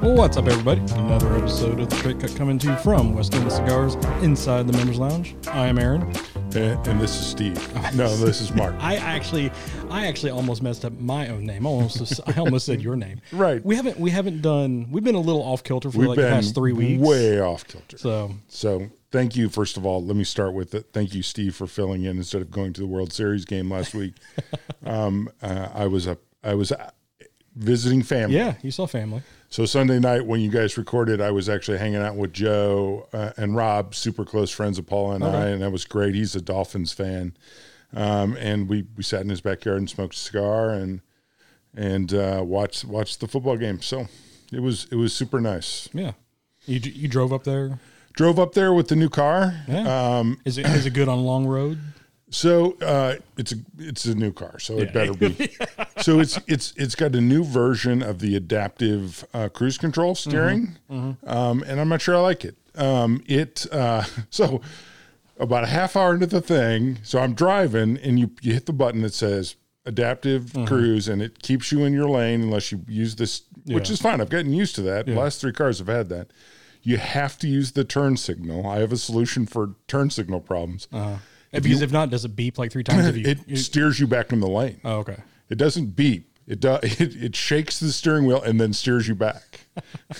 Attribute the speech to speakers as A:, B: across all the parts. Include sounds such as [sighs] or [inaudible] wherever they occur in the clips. A: What's up, everybody? Another episode of the Straight Cut coming to you from West End Cigars inside the Members Lounge. I am Aaron.
B: And, and this is Steve. No, this is Mark.
A: [laughs] I actually, I actually almost messed up my own name. I almost, I almost said your [laughs] name.
B: Right.
A: We haven't, we haven't done. We've been a little off kilter for
B: We've
A: like the
B: been
A: past three weeks.
B: way off kilter. So,
A: So
B: thank you, first of all. Let me start with it. Thank you, Steve, for filling in instead of going to the World Series game last
A: [laughs]
B: week. um, uh, I was up. I was uh, visiting family.
A: yeah, you saw family.
B: So Sunday night when you guys recorded, I was actually hanging out with Joe uh, and Rob, super close friends of Paul and I, and that was great. He's a Dolphins fan, um, and we we sat in his backyard and smoked a cigar and and uh, watched watched the football game. So it was it was super nice.
A: Yeah. You, d- you drove up there.
B: Drove up there with the new car.
A: Yeah. Um, is it is it good on long [clears throat] road?
B: So uh, it's a it's a new car, so it better be. so it's it's it's got a new version of the adaptive uh, cruise control steering, Um, and I'm not sure I like it. Um, it uh, [laughs] so about a half hour into the thing, so I'm driving, and you you hit the button that says adaptive cruise, and it keeps you in your lane unless you use this, which
A: Yeah.
B: is fine. I've gotten used to that. The last three cars have had that. You have to use the turn signal. I have a solution for turn signal problems
A: because if not, does [laughs] it beep like three
B: [clears throat]
A: times? If you,
B: it steers you back in the lane.
A: oh, okay.
B: It doesn't beep. It does. [laughs] It, it shakes the steering wheel and then steers you back. [laughs]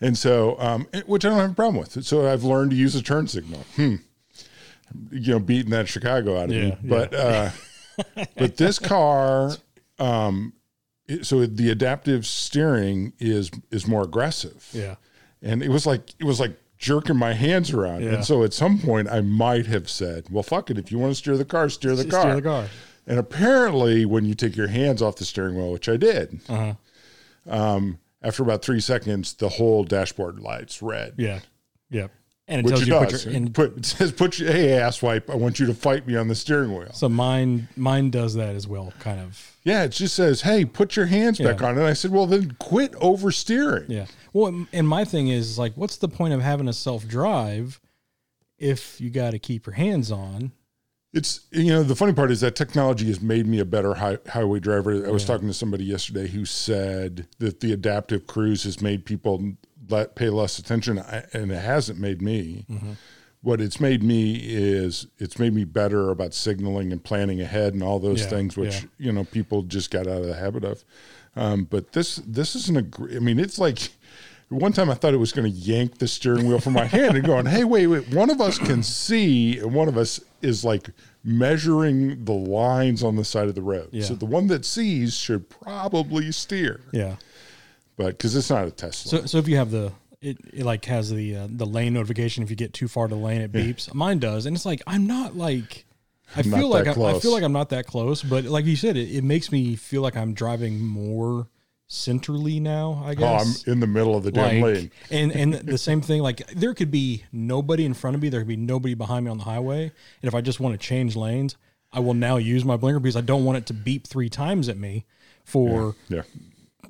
B: and so, um, it- which I don't have a problem with. So I've learned to use a turn signal. Hmm. You know, beating that Chicago out of
A: Yeah,
B: me.
A: [laughs]
B: But uh, but this car, um, it, so the adaptive steering is is more aggressive
A: Yeah.
B: and it was like it was like jerking my hands around.
A: Yeah.
B: And so at some point I might have said, "Well, fuck it. If you want to steer the car, steer the car."
A: Steer the car.
B: And apparently, when you take your hands off the steering wheel, which I did,
A: Uh-huh.
B: um, after about three seconds, the whole dashboard lights red.
A: Yeah. Yeah. And it
B: Which
A: tells
B: it
A: you put
B: does.
A: your,
B: It
A: and
B: put- it says, "Put your hey asswipe. I want you to fight me on the steering wheel."
A: So mine mine does that as well, kind of.
B: Yeah, it just says, "Hey, put your hands back
A: Yeah.
B: on." And I said, "Well, then quit oversteering."
A: Yeah. Well, and- and my thing is like, what's the point of having a self drive if you got to keep your hands on?
B: It's you know the funny part is that technology has made me a better hi- highway driver. I was talking to somebody yesterday who said that the adaptive cruise has made people let, pay less attention, I, and it hasn't made me.
A: Mm-hmm.
B: What it's made me is it's made me better about signaling and planning ahead and all those
A: Yeah,
B: things, which
A: yeah.
B: you know people just got out of the habit of. Um, but this this isn't a. gr- I mean, it's like. One time I thought it was going to yank the steering wheel
A: [laughs]
B: from my hand and going, hey, wait, wait, one of us can see and one of us is like measuring the lines on the side of the road.
A: Yeah.
B: So the one that sees should probably steer,
A: Yeah.
B: but because it's not a Tesla.
A: So so if you have the it, it like has the uh, the lane notification if you get too far to lane it beeps. Mine does, and it's like I'm not like I
B: Not
A: feel like
B: that
A: I, I
B: close.
A: feel like I'm not that close, but like you said, it, it makes me feel like I'm driving more centrally now. I
B: oh, I'm
A: guess.
B: in the middle of the damn
A: like,
B: lane.
A: [laughs] And and the same thing, like there could be nobody in front of me, there could be nobody behind me on the highway. And if I just want to change lanes, I will now use my blinker because I don't want it to beep three times at me for
B: Yeah.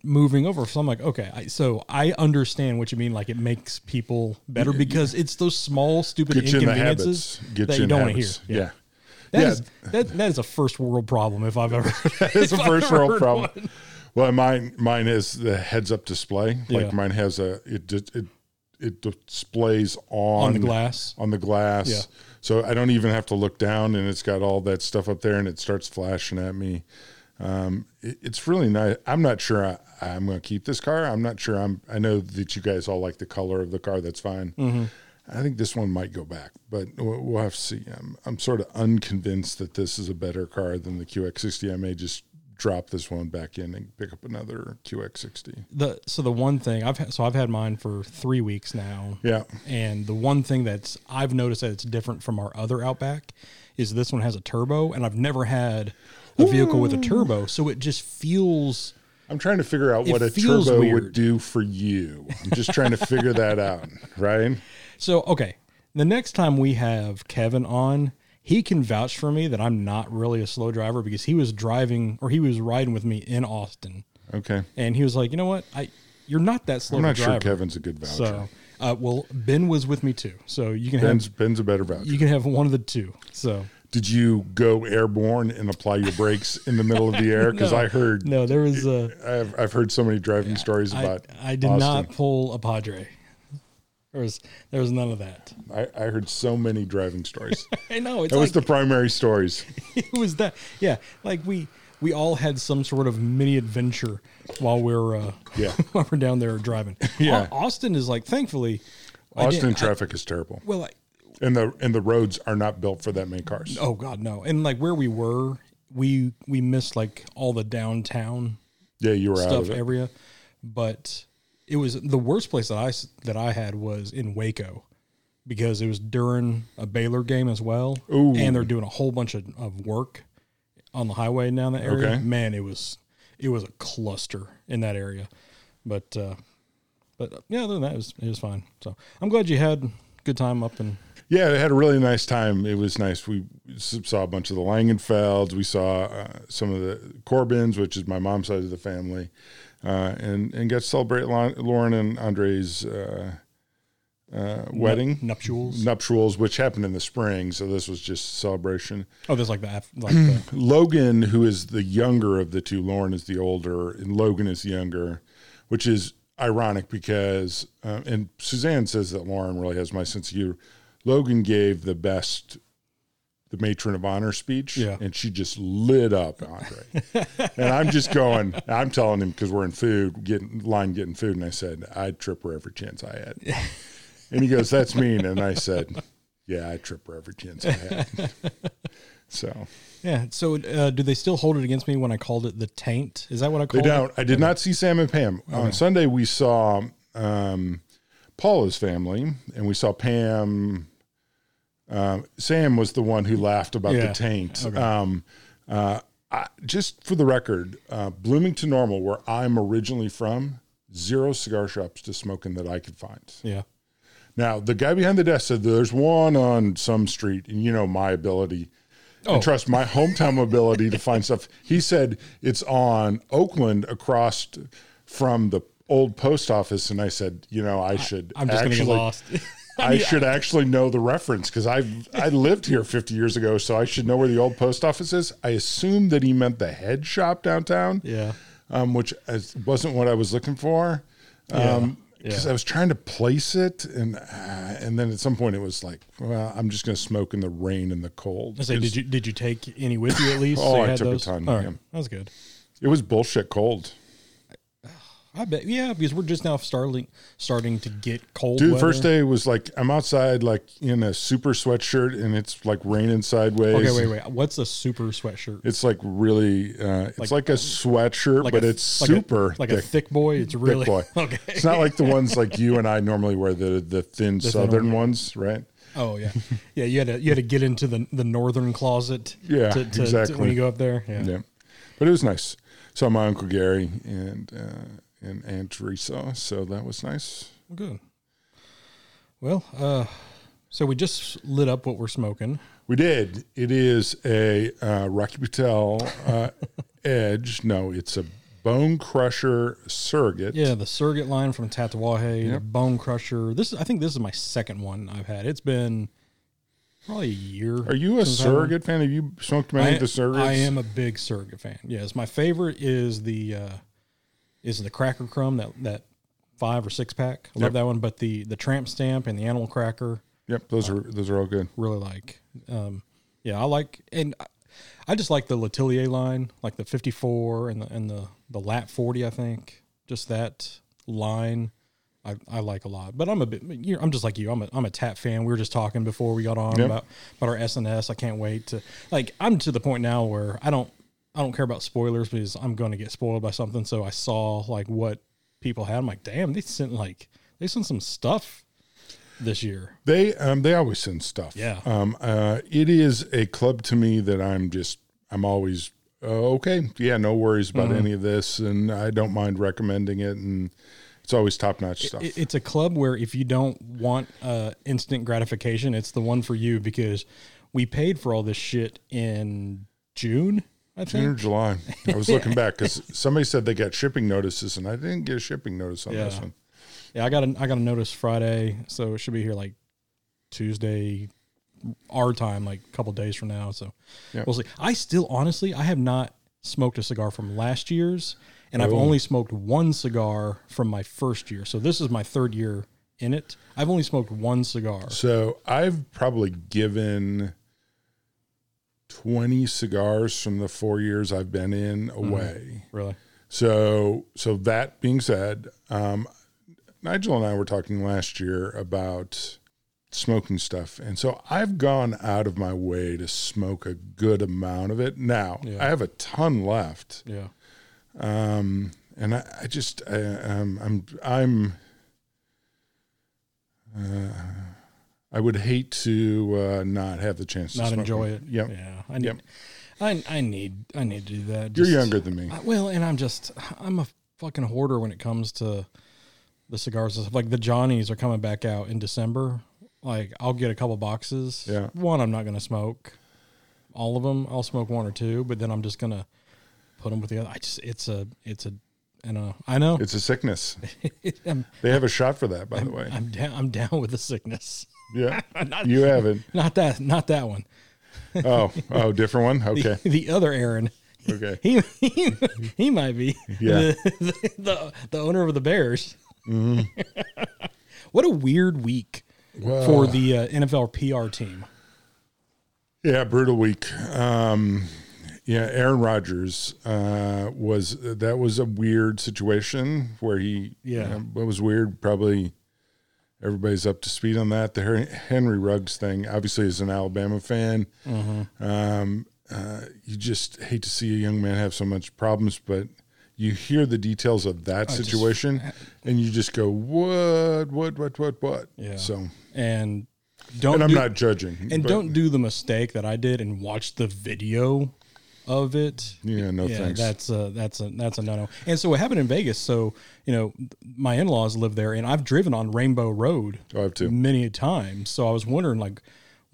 A: moving over. So I'm like, okay, I, so I understand what you mean. Like it makes people better because it's those small, stupid
B: Get you in the
A: inconveniences
B: habits. Get
A: that
B: you
A: you
B: in
A: don't want to hear.
B: habits. Yeah.
A: That
B: Yeah.
A: is- that, that is a first world problem if I've ever. [laughs]
B: it's a [laughs]
A: if I've
B: first
A: ever
B: world
A: heard
B: problem.
A: one.
B: Well, mine mine has the heads up display.
A: Yeah.
B: Like mine has a it di- it it displays on,
A: On the glass.
B: on the glass.
A: Yeah.
B: So I don't even have to look down, and it's got all that stuff up there, and it starts flashing at me. Um, it- it's really nice. I'm not sure I, I'm going to keep this car. I'm not sure. I'm. I know that you guys all like the color of the car. That's fine. I think this one might go back, but we'll, we'll have to see. I'm, I'm sort of unconvinced that this is a better car than the QX60. I may just drop this one back in and pick up another QX60.
A: The so the one thing I've had, so I've had mine for three weeks now.
B: Yeah.
A: And the one thing that's I've noticed that it's different from our other Outback is this one has a turbo, and I've never had a vehicle with a turbo, so it just feels
B: I'm trying to figure out
A: It
B: what a
A: feels
B: turbo
A: weird.
B: would do for you. I'm just trying to figure
A: [laughs]
B: that out, right?
A: so. Okay, the next time we have Kevin on, he can vouch for me that I'm not really a slow driver because he was driving or he was riding with me in Austin,
B: Okay.
A: and he was like, you know what, I you're not that slow.
B: I'm
A: of a
B: not sure
A: driver."
B: Kevin's a good voucher.
A: So, uh, well, Ben was with me too, so you can
B: Ben's,
A: have
B: Ben's a better voucher.
A: you can have one of the two. So
B: Did you go airborne and apply your brakes in the middle of
A: [laughs]
B: the air? Because
A: No.
B: I heard
A: No, there was uh,
B: I've, I've heard so many driving stories
A: I,
B: about.
A: I did
B: Austin.
A: not pull a Padre. There was there was none of that.
B: I, I heard so many driving stories.
A: I know [laughs] it's
B: That was
A: like,
B: the primary stories.
A: [laughs] it was that yeah like we we all had some sort of mini adventure while we're uh
B: Yeah.
A: [laughs] while we're down there driving
B: [laughs] Yeah.
A: Au- austin is like thankfully I didn't-
B: Austin traffic is terrible,
A: well I,
B: and the and the roads are not built for that many cars.
A: oh god no and like where we were we we missed like all the downtown
B: Yeah, you were out
A: stuff
B: of it.
A: area but it was the worst place that i s- that i had was in waco because it was during a baylor game as well
B: Ooh.
A: and they're doing a whole bunch of, of work on the highway down that area
B: Okay.
A: man it was it was a cluster in that area but uh but uh, yeah other than that it was, it was fine so i'm glad you had a good time up and
B: Yeah, I had a really nice time. It was nice. We s- saw a bunch of the Langenfelds. We saw uh, some of the Corbins, which is my mom's side of the family, uh, and and got to celebrate Lon- Lauren and Andre's uh, uh, wedding
A: nuptials
B: nuptials, which happened in the spring. So this was just celebration.
A: oh there's like the af- like the,
B: Logan, who is the younger of the two, Lauren is the older, and Logan is younger, which is ironic because, uh, and Suzanne says that Lauren really has my sense of humor. Logan gave the best, the matron of honor speech,
A: Yeah.
B: and she just lit up Andre. and I'm just going, I'm telling him because we're in food, getting line getting food, and I said I'd trip her every chance I had. and he goes, "That's mean," and I said, "Yeah, I trip her every chance I had." [laughs] so.
A: yeah so uh, do they still hold it against me when i called it the taint is that what i
B: They
A: called it
B: don't. I did not see Sam and Pam on Sunday. We saw um, Paula's family, and we saw Pam. Um, Sam was the one who laughed about
A: Yeah.
B: the taint. Um, uh, I, just for the record, uh, Bloomington Normal, where I'm originally from, zero cigar shops to smoking that I could find.
A: yeah
B: Now, the guy behind the desk said there's one on some street, and you know my ability.
A: Oh.
B: And trust my hometown ability to find stuff. He said it's on Oakland across t- from the old post office, and I said, you know, I should.
A: i'm just
B: actually,
A: gonna get lost [laughs]
B: I, should actually know the reference because I I lived here 50 years ago, so I should know where the old post office is. I assumed that he meant the head shop downtown
A: yeah
B: um, which is, wasn't what I was looking for. Um,
A: Yeah,
B: Because
A: yeah.
B: I was trying to place it, and uh, and then at some point it was like, well, I'm just going to smoke in the rain and the cold.
A: I say,
B: 'Cause
A: did you did you take any with
B: [coughs]
A: you at least?
B: Oh,
A: you
B: I took a ton,
A: All right,
B: yeah.
A: that was good.
B: It was bullshit cold,
A: I bet, yeah, because we're just now starting starting to get cold.
B: dude. the
A: weather.
B: First day was like I'm outside, like in a super sweatshirt, and it's like raining sideways.
A: Okay, wait, wait. What's a super sweatshirt?
B: It's like really, uh, it's like, a sweatshirt,
A: Like
B: but
A: a-
B: it's
A: like a-
B: super
A: like
B: thick.
A: a thick boy. It's really
B: boy.
A: [laughs] okay.
B: It's not like the ones like you and I normally wear, the
A: [laughs]
B: the thin
A: one,
B: southern
A: yeah.
B: ones, right?
A: oh yeah, yeah. You had to you had to get into the the northern closet.
B: Yeah,
A: to, to,
B: exactly.
A: To, when you go up there, yeah.
B: Yeah, but it was nice. Saw my uncle Gary and uh, and Aunt Teresa, so that was nice.
A: Well, Good. Well, uh, so we just lit up what we're smoking.
B: We did. It is a uh, Rocky Patel
A: [laughs]
B: uh, Edge. No, it's a Bone Crusher surrogate.
A: Yeah, the surrogate line from Tatawahe, the Bone Crusher. This is, I think this is my second one I've had. It's been probably a year.
B: Are you a
A: since I-
B: surrogate fan? Have you smoked many
A: I,
B: of the surrogates?
A: I am a big surrogate fan. Yes, my favorite is the uh, is the cracker crumb that that five or six pack. I
B: Yep.
A: love that one. But the the tramp stamp and the animal cracker
B: Yep, those are those are all good.
A: really like. Um, yeah, I like and I, I just like the Latelier line, like the 54 and the and the the lat 40. I think just that line. I, I like a lot, but I'm a bit. You're, I'm just like you. I'm a I'm a tap fan. We were just talking before we got on
B: Yep.
A: about about our SNS. I can't wait to like. I'm to the point now where I don't I don't care about spoilers because I'm going to get spoiled by something. So I saw like what people had. I'm like, damn, they sent like they sent some stuff this year.
B: They um they always send stuff.
A: Yeah.
B: Um uh it is a club to me that I'm just I'm always uh, okay. Yeah, no worries about
A: Mm-hmm.
B: any of this and I don't mind recommending it and it's always top-notch stuff.
A: It- It's a club where if you don't want uh, instant gratification, it's the one for you because we paid for all this shit in June. I
B: June or
A: think.
B: July. I was looking
A: [laughs]
B: back cuz somebody said they got shipping notices and I didn't get a shipping notice on this
A: Yeah.
B: one.
A: Yeah, I got a I got a notice Friday, so it should be here like Tuesday, our time, like a couple days from now. So
B: Yeah.
A: we'll see. I still, honestly, I have not smoked a cigar from last year's, and
B: Oh.
A: I've only smoked one cigar from my first year. So this is my third year in it. I've only smoked one cigar.
B: So I've probably given 20 cigars from the four years I've been in
A: Mm-hmm.
B: away.
A: Really?
B: So, so that being said, um, Nigel and I were talking last year about smoking stuff. And so I've gone out of my way to smoke a good amount of it. Now
A: Yeah.
B: I have a ton left
A: Yeah.
B: um, and I, I just I, um, I'm I'm uh, I would hate to uh, not have the chance to
A: Not
B: smoke
A: enjoy it.
B: one. Yep.
A: Yeah. I need,
B: Yep.
A: I, I need, I need to do that.
B: you're
A: Just-
B: younger than me.
A: I- well, and I'm just I'm a fucking hoarder when it comes to the cigars and stuff. Like the Johnnies are coming back out in December. Like I'll get a couple boxes.
B: Yeah.
A: One I'm not gonna smoke. All of them. I'll smoke one or two, but then I'm just gonna put them with the other. I just it's a it's a and uh, I know
B: It's a sickness.
A: [laughs] I'm,
B: They have a shot for that, by the way.
A: I'm down I'm down with the sickness. [laughs]
B: yeah,
A: Not,
B: you haven't.
A: not that not that one.
B: Oh, oh, different one.
A: [laughs]
B: Okay,
A: The, the other Aaron.
B: okay.
A: He, he he might be
B: Yeah. Mm-hmm.
A: the, the, [laughs] the, the owner of the Bears. what a weird week
B: Wow.
A: for the uh, NFL PR team.
B: Yeah, brutal week. Um, yeah, Aaron Rodgers uh, was that was a weird situation where he
A: Yeah.
B: uh, what was weird probably everybody's up to speed on that. The Her- Henry Ruggs thing obviously is an Alabama fan.
A: Mm-hmm.
B: Um, uh, you just hate to see a young man have so much problems, but you hear the details of that situation and you just go what what what what what
A: Yeah.
B: so
A: And don't
B: and i'm
A: do,
B: not judging
A: Oh, and
B: but,
A: don't do the mistake that I did and watch the video of it.
B: yeah no
A: yeah,
B: thanks
A: that's a that's a that's a no no. And so what happened in Vegas? So you know, my in laws live there, and I've driven on Rainbow Road
B: Oh, I have too.
A: many times. So I was wondering like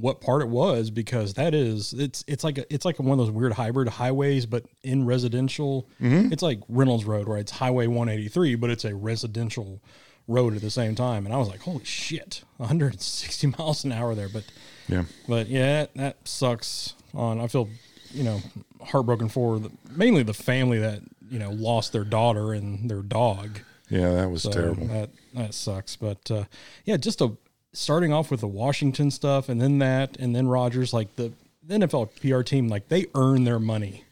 A: what part it was because that is it's it's like a, it's like one of those weird hybrid highways, but in residential.
B: Mm-hmm.
A: It's like Reynolds Road, right? It's Highway 183, but it's a residential road at the same time. And I was like, holy shit, 160 [laughs] miles an hour there, but.
B: yeah
A: But yeah, that, that sucks. On I feel, you know, heartbroken for the, mainly the family that you know lost their daughter and their dog.
B: Yeah, that was
A: So
B: terrible.
A: That that sucks. But uh, yeah, just a starting off with the Washington stuff, and then that, and then Rogers. Like the, the NFL PR team, like they earn their money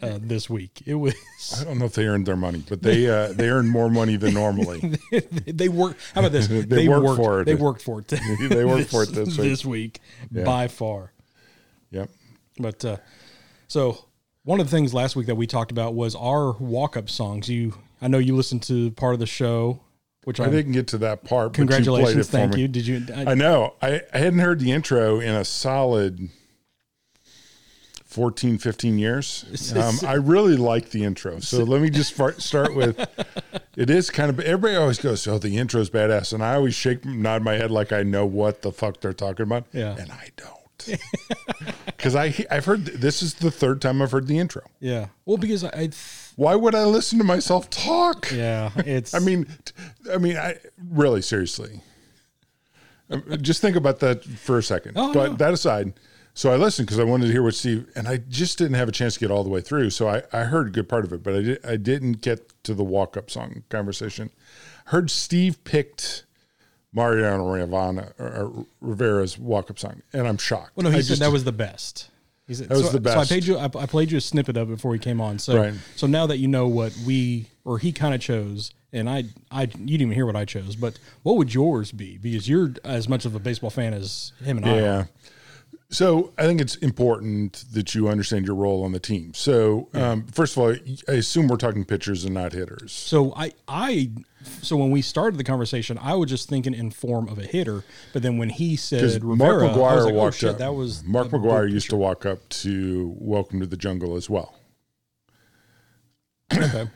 A: uh, this week. It was [laughs]
B: I don't know if they earned their money, but they uh, they earned more money
A: [laughs]
B: than normally.
A: they work. How about
B: [laughs]
A: this? They,
B: worked for it.
A: They worked for it.
B: [laughs] They worked for it this
A: [laughs]
B: week.
A: This week, by far.
B: yep.
A: But uh, so one of the things last week that we talked about was our walk-up songs. You, I know you listened to part of the show, which I
B: I didn't get to that part. but you played it
A: congratulations.
B: for
A: Thank
B: me.
A: you. Did you? I,
B: I know. I, I hadn't heard the intro in a solid 14, 15 years. Um, I really like the intro. So let me just far, start with it is kind of, everybody always goes, oh, the intro's badass. And I always shake, nod my head like I know what the fuck they're talking about.
A: Yeah.
B: And I don't. [laughs] Because I've heard, this is the third time I've heard the intro.
A: yeah. Well, because I, I th-
B: Why would I listen to myself talk?
A: yeah, it's.
B: [laughs] I mean, t- I mean, I really seriously. Um, Just think about that for a second.
A: Oh,
B: but
A: no.
B: that aside, so I listened because I wanted to hear what Steve, and I just didn't have a chance to get all the way through. So I, I heard a good part of it, but I, di- I didn't get to the walk up song conversation. Heard Steve picked Mariano Ravana or, or Rivera's walk up song, and I'm shocked.
A: well, no, he
B: I
A: said
B: just-
A: that was the best. He said, that
B: was
A: so,
B: the
A: So I
B: best.
A: paid you. I, I played you a snippet of it before we came on. So
B: Right.
A: so now that you know what we or he kind of chose, and I I you didn't even hear what I chose, but what would yours be? Because you're as much of a baseball fan as him and I. are.
B: Yeah. So I think it's important that you understand your role on the team. So um, first of all, I assume we're talking pitchers and not hitters.
A: So I I so when we started the conversation, I was just thinking in form of a hitter, but then when he said Rivera,
B: Mark
A: I was
B: McGuire
A: like, oh
B: walked
A: shit,
B: up.
A: that was
B: Mark
A: a
B: McGuire used to walk up to "Welcome to the Jungle" as well. [clears throat]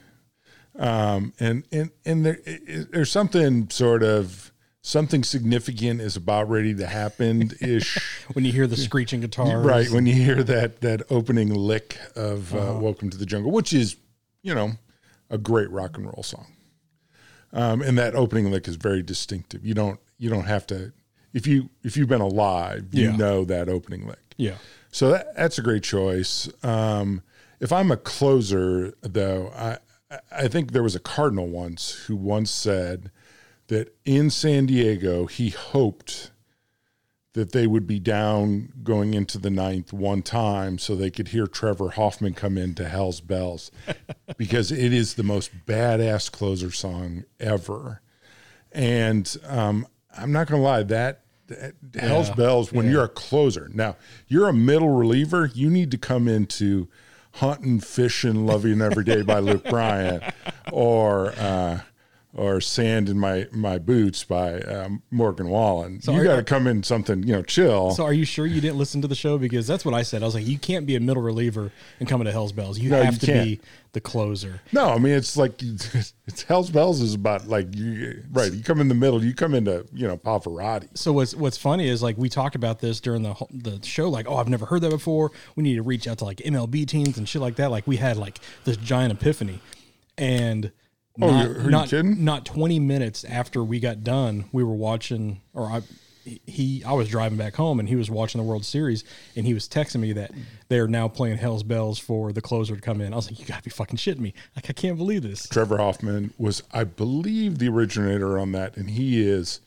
B: um, and and and there, i- i- there's something sort of something significant is about ready to happen ish.
A: when you
B: [laughs]
A: hear the screeching guitar,
B: right when you hear that that opening lick of uh, "Welcome to the Jungle," which is you know a great rock and roll song, um, and that opening lick is very distinctive. You don't you don't have to. if you if you've been alive, you
A: Yeah.
B: know that opening lick.
A: Yeah.
B: So that, that's a great choice. Um, if I'm a closer, though, I I- I think there was a cardinal once who once said that in San Diego he hoped that they would be down going into the ninth one time so they could hear Trevor Hoffman come into
A: [laughs]
B: Hell's Bells because it is the most badass closer song ever. And um, I'm not gonna lie, that, that Hell's Bells when you're a closer. Now you're a middle reliever. You need to come into Hunting, Fishing, Loving Every Day
A: [laughs]
B: by Luke Bryant, or uh, or Sand in My My Boots by um, Morgan Wallen. you
A: are-
B: got to come in something you know chill.
A: So are you sure you didn't listen to the show? Because that's what I said. I was like, you can't be a middle reliever and come into Hell's Bells. You
B: No,
A: have
B: you
A: to
B: can't.
A: be the closer.
B: no, I mean it's like [laughs] it's Hell's Bells is about like you right. You come in the middle. You come into you know Pavarotti.
A: So what's what's funny is like we talked about this during the whole- the show. Like, oh, I've never heard that before. We need to reach out to like MLB teams and shit like that. Like we had like this giant epiphany, and
B: Oh,
A: not,
B: you're- are you
A: not,
B: kidding?
A: Not twenty minutes after we got done, we were watching, or I he I was driving back home and he was watching the World Series and he was texting me that they are now playing Hell's Bells for the closer to come in. I was like, you gotta be fucking shitting me! Like I can't believe this.
B: Trevor Hoffman was, I believe, the originator on that, and he is.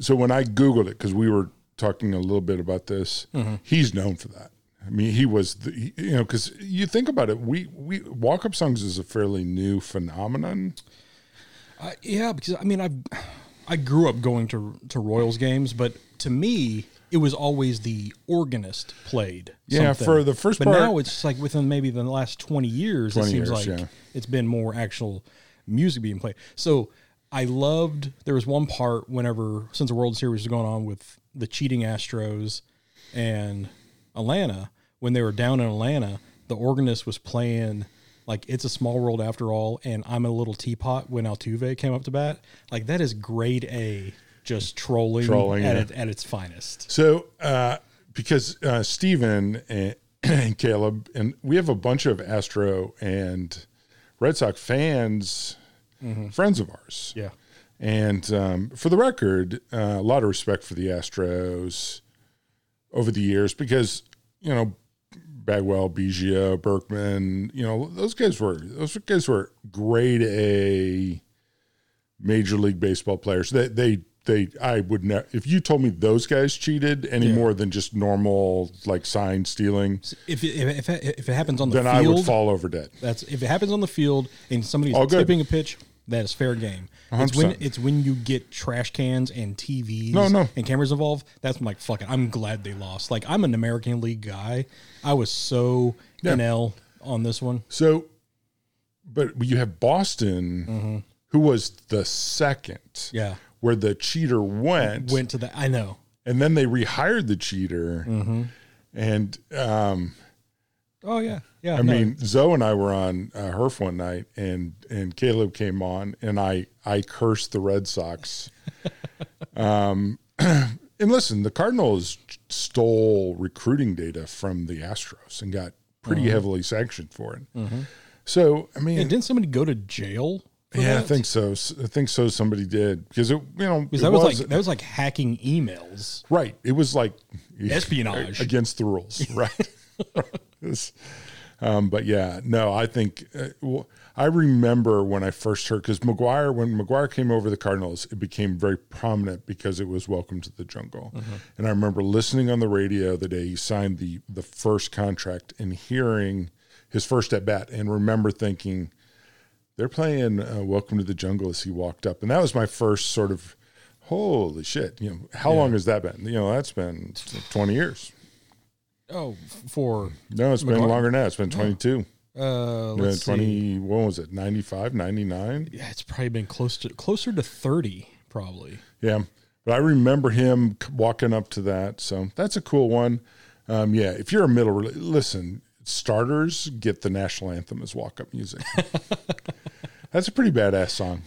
B: So when I googled it, because we were talking a little bit about this, he's known for that. I mean, he was, the, he- you know, because you think about it, we we walk up songs is a fairly new phenomenon.
A: Uh, yeah, because I mean, I've I grew up going to to Royals games, but to me, it was always the organist played.
B: Yeah,
A: something.
B: for the first
A: but
B: part-
A: now it's like within maybe the last twenty years, it
B: 20
A: seems
B: years,
A: like
B: yeah.
A: it's been more actual music being played. So I loved there was one part whenever since the World Series was going on with the cheating Astros and Atlanta when they were down in Atlanta, the organist was playing like "It's a Small World After All" and "I'm a Little Teapot" when Altuve came up to bat. Like that is grade A, just trolling,
B: Trolling,
A: at,
B: yeah.
A: it, at its finest.
B: So, uh, because uh, Steven and, [clears throat] and Caleb, and we have a bunch of Astro and Red Sox fans, friends of ours.
A: Yeah,
B: And um, for the record, uh, a lot of respect for the Astros over the years because you know Bagwell, Biggio, Berkman, you know those guys were those guys were grade A major league baseball players. They they they I would not if you told me those guys cheated any more than just normal like sign stealing,
A: if it, if it, if it happens on the
B: then I
A: field,
B: would fall over dead.
A: that's if it happens on the field and somebody's
B: All good.
A: tipping a pitch. That is fair game. It's when
B: 100%.
A: it's when you get trash cans and TVs
B: No, no.
A: and cameras involved. That's when, like fuck it. I'm glad they lost. Like I'm an American League guy. I was so NL on this one.
B: So, but you have Boston, who was the second.
A: Yeah.
B: where the cheater went,
A: Went to the I know.
B: and then they rehired the cheater.
A: Mm-hmm.
B: And um,
A: Oh yeah. Yeah.
B: I mean, Zoe and I were on uh, Herf one night, and and Caleb came on, and I I cursed the
A: [laughs]
B: Red Sox. um, [clears throat] and listen, the Cardinals stole recruiting data from the Astros and got pretty
A: Uh-huh.
B: heavily sanctioned for it.
A: Mm-hmm.
B: So I mean,
A: didn't somebody go to jail? for
B: yeah, I
A: that?
B: think so. S- I think so. Somebody did because it, you know, it
A: Because that was,
B: was
A: like that was like hacking emails.
B: right. It was like [laughs]
A: Espionage.
B: against the rules, [laughs] right? It's- um, but yeah, no, I think uh, well, I remember when I first heard because McGuire, when McGuire came over the Cardinals, it became very prominent because it was Welcome to the Jungle, and I remember listening on the radio the day he signed the the first contract and hearing his first at bat, and remember thinking they're playing uh, Welcome to the Jungle as he walked up, and that was my first sort of holy shit. You know, how long has that been? You know, that's been twenty years.
A: Oh, for
B: No, it's been
A: McLaren?
B: longer than that. It's been twenty two.
A: uh,
B: Yeah,
A: let's see.
B: 20, what was it, 95, 99?
A: Yeah, it's probably been close to closer to thirty, probably.
B: Yeah. But I remember him c- walking up to that. So that's a cool one. Um, yeah. If you're a middle, rel- listen, starters get the national anthem as walk up
A: [laughs]
B: music. that's a pretty badass song.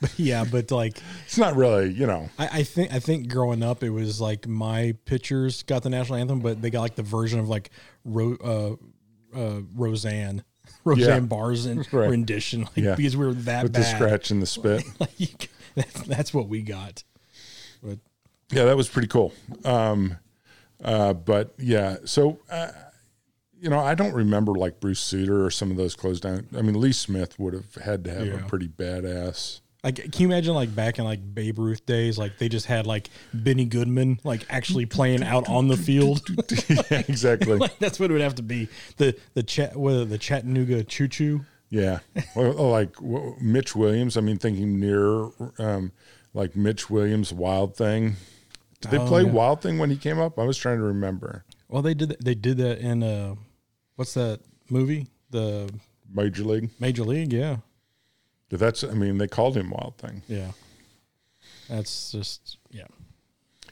A: but [laughs] yeah, but like
B: It's not really, you know,
A: I, I think I think growing up it was like my pitchers got the national anthem, but they got like the version of like Ro- uh, uh, Roseanne, [laughs] Roseanne Barr's in-
B: [laughs] Right.
A: rendition, like
B: Yeah.
A: because we were that [laughs]
B: with the
A: bad.
B: scratch and the spit.
A: like, that's, that's what we got. But
B: yeah, that was pretty cool. Um, uh, but yeah, so uh, you know, I don't remember like Bruce Sutter or some of those closed down. I mean, Lee Smith would have had to have a
A: Yeah. [laughs]
B: pretty badass. [laughs]
A: Like, can you imagine like back in like Babe Ruth days, like they just had like Benny Goodman like actually playing out on the field. [laughs]
B: yeah, exactly.
A: like that's what it would have to be. The the chat whether the Chattanooga Choo Choo.
B: Yeah, well, like w- Mitch Williams. I mean, thinking near, um, like Mitch Williams, Wild Thing. Did they play
A: Oh, yeah.
B: Wild Thing when he came up? I was trying to remember.
A: Well, they did they did that in uh, what's that movie? The
B: Major League.
A: Major League. Yeah,
B: That's. I mean, they called him Wild Thing.
A: yeah. That's just yeah.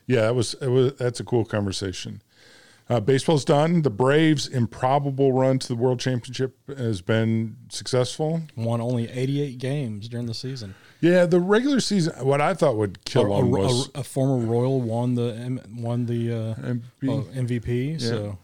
B: Yeah, that was, it was that's a cool conversation. Uh, baseball's done. The Braves' improbable run to the World Championship has been successful.
A: Won only 88 games during the season.
B: Yeah, the regular season. What I thought would
A: A,
B: kill them
A: a-
B: was
A: a former Royal won the M- won the uh, well, MVP. So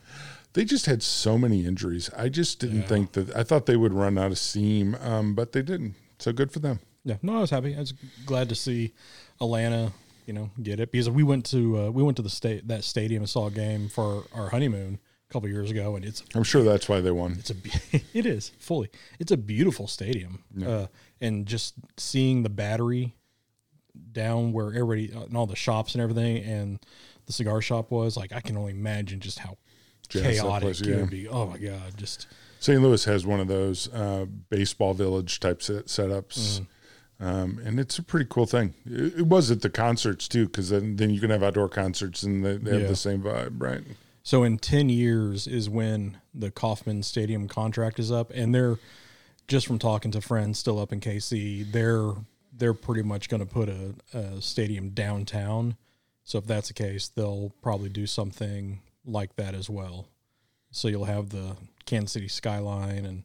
B: they just had so many injuries. I just didn't think that. I thought they would run out of steam, um, but they didn't. So good for them.
A: yeah, no, I was happy. I was glad to see Atlanta, you know, get it because we went to uh, we went to the state that stadium and saw a game for our honeymoon a couple years ago, and it's
B: I'm sure that's why they won.
A: it's a be- [laughs] it is fully it's a beautiful stadium uh, and just seeing the battery down where everybody uh, and all the shops and everything and the cigar shop was like i can only imagine just how
B: Jazz that
A: chaotic
B: place,
A: it
B: yeah.
A: would be oh my god just
B: St. Louis has one of those uh, baseball village type
A: Mm.
B: set, setups, um, and it's a pretty cool thing. It, it was at the concerts too, because then, then you can have outdoor concerts and they, they have
A: Yeah.
B: the same vibe, right?
A: so in 10 years is when the kaufman stadium contract is up and they're just from talking to friends still up in kc they're they're pretty much going to put a, a stadium downtown so if that's the case they'll probably do something like that as well so you'll have the kansas city skyline and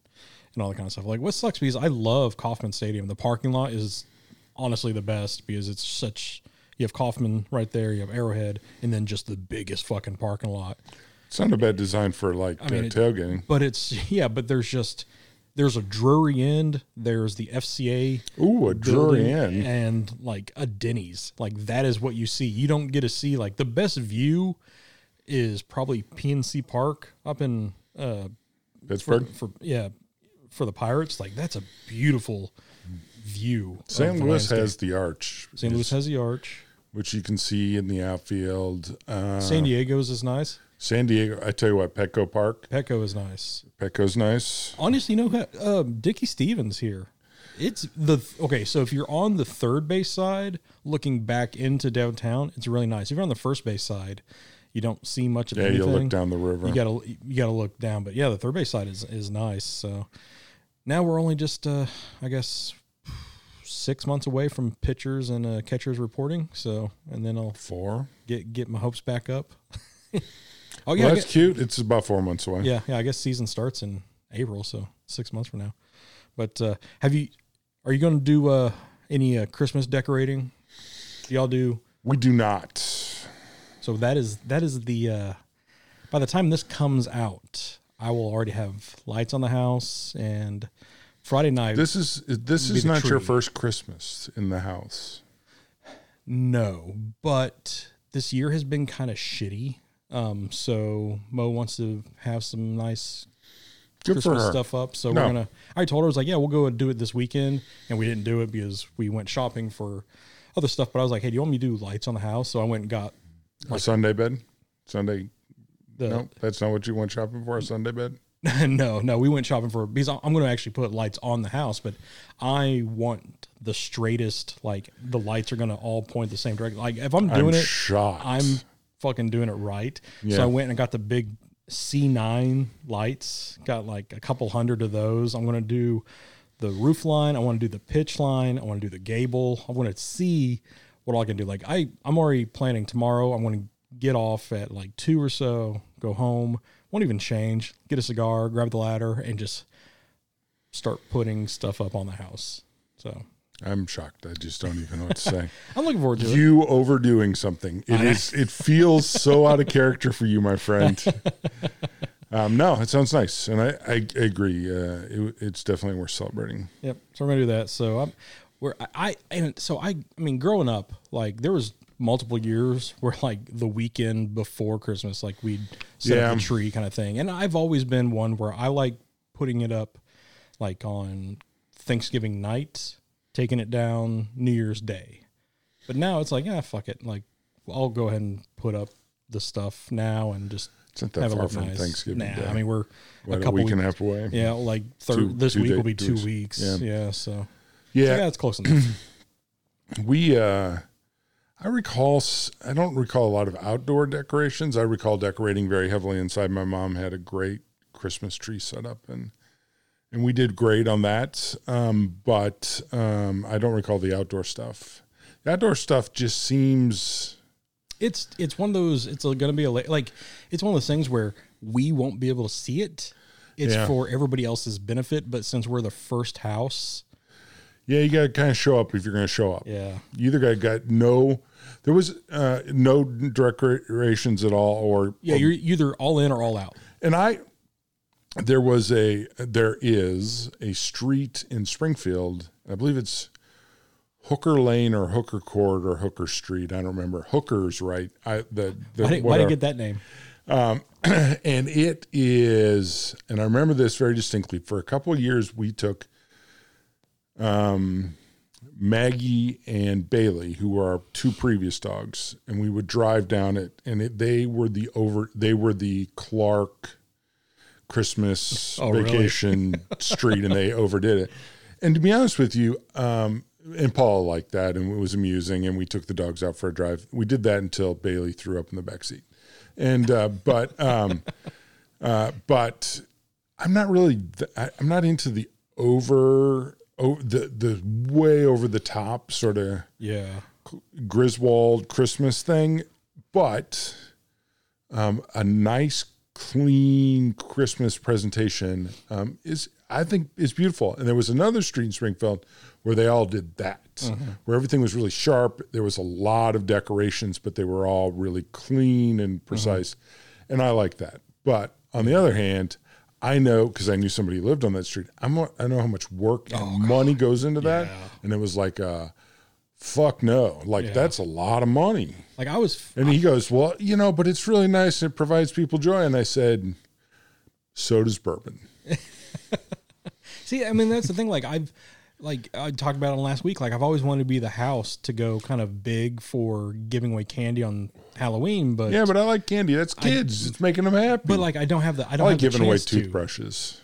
A: and all that kind of stuff like what sucks because i love kaufman stadium the parking lot is honestly the best because it's such you have kaufman right there you have arrowhead and then just the biggest fucking parking lot
B: It's not a bad design for like uh,
A: mean, it-
B: tailgating.
A: but it's [laughs] yeah, but there's just there's a Drury End, there's the FCA
B: Ooh, a Drury
A: building,
B: Inn.
A: and like a Denny's. Like that is what you see. You don't get to see like the best view is probably PNC Park up in uh
B: Pittsburgh.
A: for yeah, for the Pirates. Like that's a beautiful view. of
B: St.
A: the
B: Louis
A: landscape.
B: has the arch,
A: St. Louis has the arch.
B: which you can see in the outfield. Uh,
A: San Diego's is nice.
B: San Diego. I tell you what, Petco Park.
A: Petco is nice.
B: Petco's nice.
A: honestly, you know, uh, Dickie Stevens here. It's the okay. So if you're on the third base side, looking back into downtown, it's really nice. If you're on the first base side, you don't see much of
B: Yeah,
A: anything.
B: you look down the river.
A: You gotta you gotta look down. But yeah, the third base side is is nice. So now we're only just uh, I guess six months away from pitchers and uh, catchers reporting. So and then I'll
B: four.
A: get get my hopes back up. [laughs] oh yeah,
B: Well,
A: I
B: that's
A: gue-
B: cute. It's about four months away.
A: yeah, yeah. I guess season starts in April, so six months from now. But uh, have you? Are you going to do uh, any uh, Christmas decorating? Do y'all do?
B: We do not.
A: So that is that is the. Uh, by the time this comes out, I will already have lights on the house and Friday night.
B: This is this
A: Be
B: is
A: the
B: not your
A: tree.
B: first Christmas in the house.
A: No, but this year has been kind of shitty. Um, so Mo wants to have some nice
B: Good for
A: Christmas
B: her.
A: stuff up. So
B: No.
A: we're gonna. I told her I was like, yeah, we'll go and do it this weekend, and we didn't do it because we went shopping for other stuff. But I was like, hey, do you want me to do lights on the house? So I went and got
B: A Sunday bed. Sunday.
A: the.
B: no, that's not what you went shopping for. A Sunday bed.
A: [laughs] no, no, we went shopping for because I- I'm going to actually put lights on the house, but I want the straightest. Like the lights are going to all point the same direction. Like if I'm doing
B: I'm
A: it,
B: shocked.
A: I'm fucking doing it right.
B: Yeah.
A: So I went and got the big C9 lights, got like a couple hundred of those. I'm going to do the roof line. I want to do the pitch line. I want to do the gable. I want to see what I can do. Like I, I'm already planning tomorrow. I'm going to get off at like two or so, go home, won't even change, get a cigar, grab the ladder and just start putting stuff up on the house. So
B: I'm shocked. I just don't
A: [laughs]
B: even know what to say.
A: I'm looking forward to it.
B: you overdoing something. It is. It feels so out of character for you, my
A: [laughs]
B: friend. Um, no, it sounds nice, and I, I agree. Uh, it, it's definitely worth celebrating.
A: Yep. So we're gonna do that. So I'm where I, I and so I I mean growing up like there was multiple years where like the weekend before Christmas, like we'd set up
B: Yeah.
A: a tree kind of thing. And I've always been one where I like putting it up like on Thanksgiving night, taking it down New Year's Day. But now it's like, ah, fuck it. Like I'll go ahead and put up the stuff now and just
B: It's not that
A: have it
B: far
A: look
B: from
A: nice.
B: Thanksgiving
A: Nah,
B: Day.
A: I mean we're
B: What,
A: a
B: a,
A: couple
B: week
A: weeks.
B: and a half away.
A: Yeah, like thir-
B: Two-
A: this
B: two
A: week
B: day-
A: will be
B: two
A: two
B: weeks.
A: weeks.
B: Yeah.
A: Yeah, so yeah.
B: yeah,
A: it's close enough. [clears throat]
B: we uh i recall s- i don't recall a lot of outdoor decorations i recall decorating very heavily inside my mom had a great christmas tree set up and and we did great on that um but um i don't recall the outdoor stuff the outdoor stuff just seems
A: it's it's one of those. It's going to be a la- like it's one of those things where we won't be able to see it. It's
B: Yeah.
A: for everybody else's benefit, but since we're the first house,
B: yeah you gotta kind of show up if you're gonna show up
A: yeah,
B: you either guy got no there was uh no decorations at all or
A: yeah, you're either all in or all out.
B: And I, there was a, there is a street in Springfield. I believe it's Hooker Lane or Hooker Court or Hooker Street. I don't remember. Hooker's right. I the, the
A: Why did, why did you get that name?
B: and it is, and I remember this very distinctly. For a couple of years, we took um, Maggie and Bailey, who were our two previous dogs, and we would drive down it. And it, they were the over, they were the Clark Christmas
A: Oh, really?
B: vacation
A: [laughs]
B: street, and they overdid it. And to be honest with you, um, and Paula liked that, and it was amusing. And we took the dogs out for a drive. We did that until Bailey threw up in the back seat. And uh, but um, but I'm not really th- I, I'm not into the over oh, the the way over the top sort of
A: Yeah,
B: Griswold Christmas thing, but um, a nice clean Christmas presentation um, is I think is beautiful. And there was another street in Springfield where they all did that, where everything was really sharp. There was a lot of decorations, but they were all really clean and precise, and I like that. But on the other hand. I know because I knew somebody who lived on that street. I'm, I know how much work and money goes into that, and it was like a fuck no like that's a lot of money
A: like I was.
B: and he goes well you know but it's really nice and it provides people joy and i said so does bourbon
A: See, I mean, that's the thing. Like I've, like I talked about it last week. Like I've always wanted to be the house to go kind of big for giving away candy on Halloween, but
B: yeah but i like candy that's kids it's making them happy
A: but like I don't have the I
B: i
A: don't
B: like
A: have the
B: giving away
A: chance to.
B: toothbrushes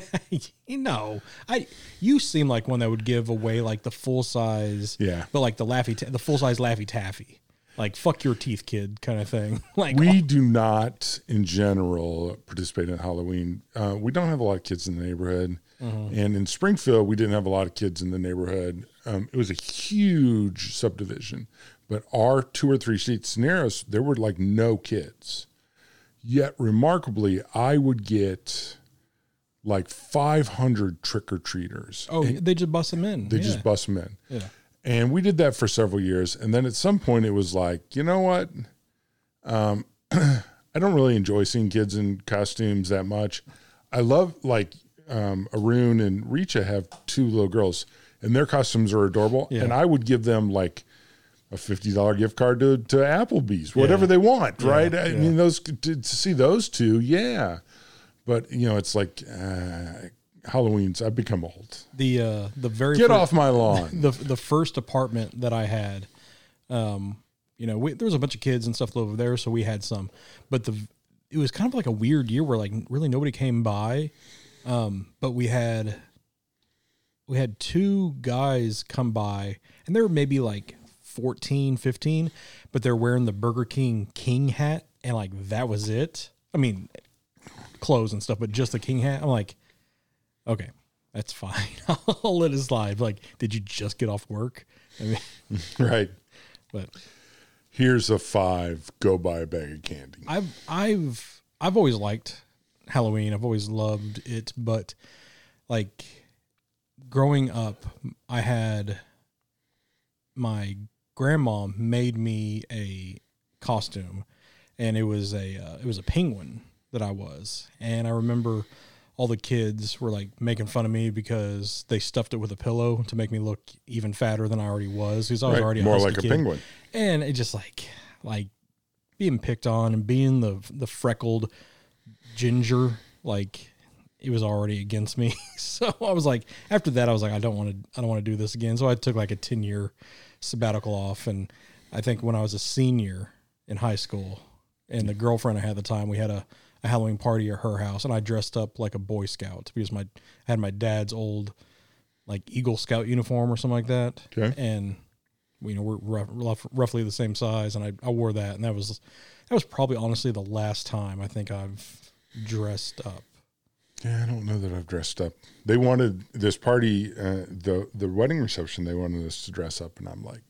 A: [laughs] you know, I you seem like one that would give away like the full size,
B: Yeah.
A: but like the laffy, ta- the full size laffy taffy, like fuck your teeth, kid, kind of thing. [laughs] Like
B: we do not in general participate in halloween uh, we don't have a lot of kids in the neighborhood and in springfield we didn't have a lot of kids in the neighborhood um, it was a huge subdivision but our two or three street scenarios there were like no kids yet remarkably i would get like 500 trick-or-treaters
A: oh, they just bust them in.
B: they
A: yeah.
B: just bust them in
A: yeah.
B: and we did that for several years. And then at some point, it was like, you know what? Um, [clears throat] I don't really enjoy seeing kids in costumes that much. I love like um, Arun and Richa have two little girls, and their costumes are adorable. And I would give them like a fifty dollar gift card to, to Applebee's, whatever they want, right? I mean, those to, to see those two, yeah. But you know, it's like uh, Halloween's. I've become old.
A: The uh, the very
B: Get
A: first-
B: off my lawn.
A: the the first apartment that I had, um, you know, we, there was a bunch of kids and stuff over there, so we had some. But the it was kind of like a weird year where like really nobody came by, um, but we had we had two guys come by, and they were maybe like 14, 15, but they're wearing the Burger King King hat, and like that was it. I mean, clothes and stuff, but just the king hat. I'm like, okay, that's fine. [laughs] I'll let it slide. Like, did you just get off work? [laughs] I mean,
B: right.
A: but
B: here's a five go buy a bag of candy
A: I've I've I've always liked Halloween. I've always loved it, but like growing up, I had my grandma made me a costume, and it was a uh, it was a penguin that I was, and I remember all the kids were like making fun of me because they stuffed it with a pillow to make me look even fatter than I already was because Oh, I was
B: Right.
A: already
B: More
A: husky
B: like a
A: kid.
B: penguin.
A: and it just like like being picked on and being the the freckled ginger like it was already against me [laughs] so i was like after that i was like i don't want to i don't want to do this again so i took like a 10 year sabbatical off and i think when i was a senior in high school and the girlfriend i had at the time we had a, a halloween party at her house and i dressed up like a boy scout because my i had my dad's old like eagle scout uniform or something like that
B: Okay.
A: and you know we're rough, rough, roughly the same size and I, I wore that and that was that was probably honestly the last time i think i've dressed up
B: Yeah, I don't know that I've dressed up. They wanted this party, uh, the the wedding reception. They wanted us to dress up, and I'm like,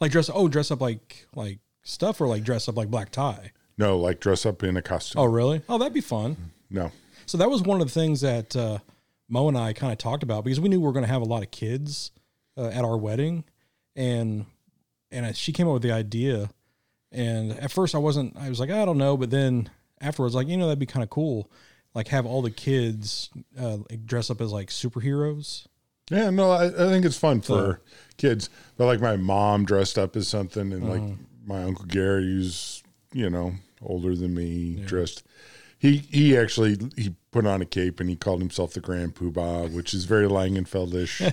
A: like dress oh dress up like like stuff or like dress up like black tie
B: no, like dress up in a costume.
A: oh really oh that'd be fun
B: No,
A: so that was one of the things that uh, mo and i kind of talked about because we knew we were going to have a lot of kids uh, at our wedding and and I, she came up with the idea and at first i wasn't i was like i don't know but then afterwards like you know that'd be kind of cool like have all the kids uh, like, dress up as like superheroes
B: yeah, no, I, I think it's fun for kids. But like my mom dressed up as something, and
A: Uh-huh.
B: like my uncle Gary, who's you know older than me, dressed. He he actually he put on a cape and he called himself the Grand Poobah, which is
A: [laughs]
B: very Langenfeldish.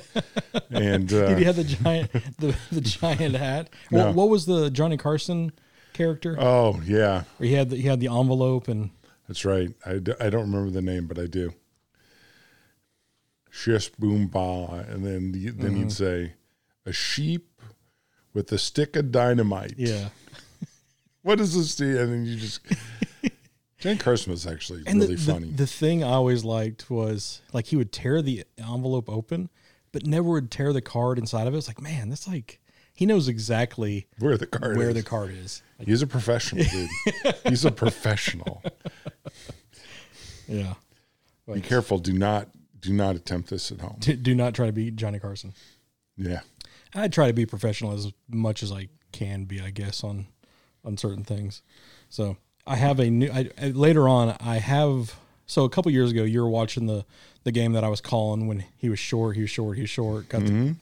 B: and uh,
A: did he have the giant [laughs] the, the giant hat
B: No.
A: what, what was the johnny carson character
B: oh yeah,
A: where he had the, he had the envelope and
B: That's right. I, d- I don't remember the name, but I do. Shish boom ba, and then the, then
A: Uh-huh.
B: he'd say, "A sheep with a stick of dynamite."
A: yeah
B: What does this do? And then
A: [laughs]
B: you just. Jen Carson was actually
A: And
B: really
A: the,
B: funny.
A: The, the thing I always liked was like he would tear the envelope open, but never would tear the card inside of it. It's like, man, that's like he knows exactly
B: where the card
A: where
B: is.
A: the card is. Like,
B: He's a professional, dude.
A: [laughs]
B: He's a professional.
A: yeah.
B: Be careful. Do not do not attempt this at home.
A: Do, do not try to be Johnny Carson.
B: Yeah.
A: I try to be professional as much as I can be, I guess, on on certain things. So I have a new. I, I- later on, I have. So a couple years ago, you were watching the the game that I was calling when he was short, he was short, he was short. Got the,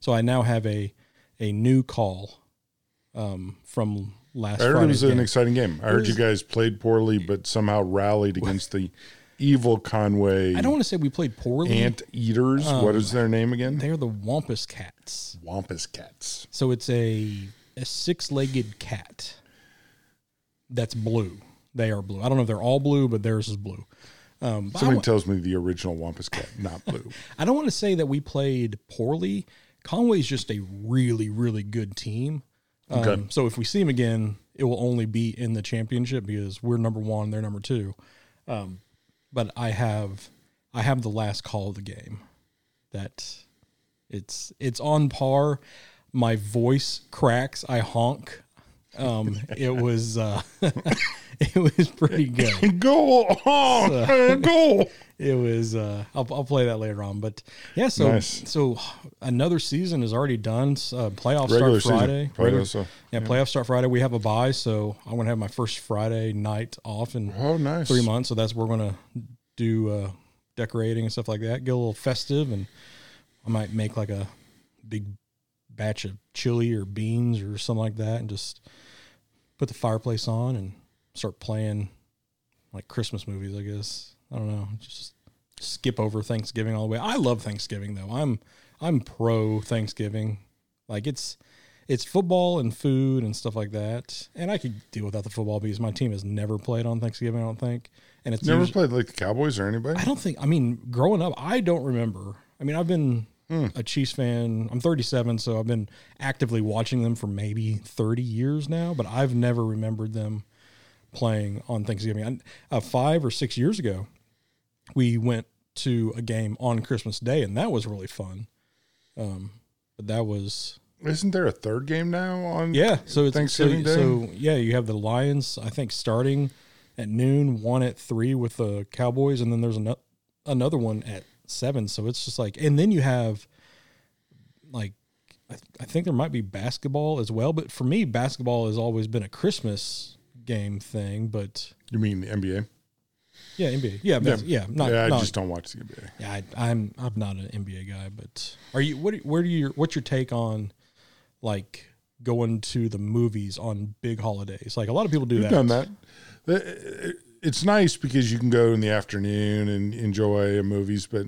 A: so I now have a a new call um, from last.
B: I heard it
A: Friday's
B: was an
A: game.
B: exciting game. I heard you
A: was-
B: guys played poorly, but somehow rallied against the evil Conway.
A: I don't Um, want to say we played poorly.
B: Ant eaters. what is their name again?
A: They're the Wampus cats.
B: Wampus cats.
A: So it's a a six legged cat that's blue. They are blue. I don't know if they're all blue, but theirs is blue. Um, but I
B: Somebody
A: wa-
B: tells me the original Wampus cat, not blue.
A: [laughs] I don't want to say that we played poorly. Conway's just a really, really good team. Um,
B: Okay.
A: So if we see him again, it will only be in the championship because we're number one, they're number two. Um, but I have, I have the last call of the game. That it's it's on par. My voice cracks. I honk. Um, it was uh, [laughs] it was pretty good
B: go
A: [laughs]
B: on, [laughs] go.
A: it was uh I'll, I'll play that later on but yeah so
B: Nice.
A: so another season is already done S- uh playoffs
B: Regular
A: start
B: season.
A: friday
B: Playoffs, so,
A: yeah, playoffs start friday we have a bye so i'm gonna have my first friday night off in
B: Oh, nice.
A: three months so that's we're gonna do uh decorating and stuff like that get a little festive and i might make like a big batch of chili or beans or something like that and just put the fireplace on and start playing like Christmas movies, I guess. I don't know. Just skip over Thanksgiving all the way. I love Thanksgiving though. I'm I'm pro Thanksgiving. Like it's it's football and food and stuff like that. And I could deal without the football because my team has never played on Thanksgiving, I don't think. And it's
B: Never
A: usu-
B: played like the Cowboys or anybody.
A: I don't think. I mean, growing up, I don't remember. I mean, I've been a Chiefs fan. I'm 37, so I've been actively watching them for maybe 30 years now. But I've never remembered them playing on Thanksgiving. And, Uh, five or six years ago, we went to a game on Christmas Day, and that was really fun. Um, but that was
B: Isn't there a third game now on?
A: yeah. So it's
B: Thanksgiving
A: so,
B: Day?
A: So yeah, you have the Lions. I think starting at noon, one at three with the Cowboys, and then there's another another one at seven. So it's just like, and then you have like. I th- I think there might be basketball as well, but for me, basketball has always been a Christmas game thing. But
B: You mean the NBA?
A: Yeah, NBA. Yeah, bas- yeah. Not,
B: yeah, I
A: not-
B: just don't watch the NBA.
A: yeah, I, I'm I'm not an NBA guy, but are you? What? Where do you? What's your take on like going to the movies on big holidays? Like a lot of people do
B: We've
A: that.
B: done that. The- It's nice because you can go in the afternoon and enjoy movies, but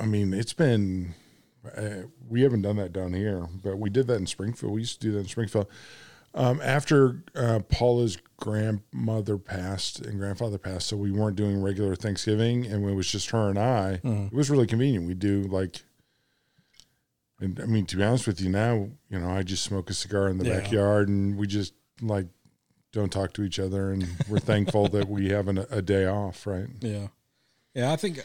B: I mean, it's been uh, we haven't done that down here, but we did that in Springfield. We used to do that in Springfield. Um, after uh, Paula's grandmother passed and grandfather passed, so we weren't doing regular Thanksgiving, and when it was just her and I,
A: Mm-hmm.
B: it was really convenient. We do like, and I mean, to be honest with you, now you know I just smoke a cigar in the
A: Yeah.
B: backyard, and we just like don't talk to each other, and we're thankful that we have an, a day off, right?
A: Yeah, yeah. I think.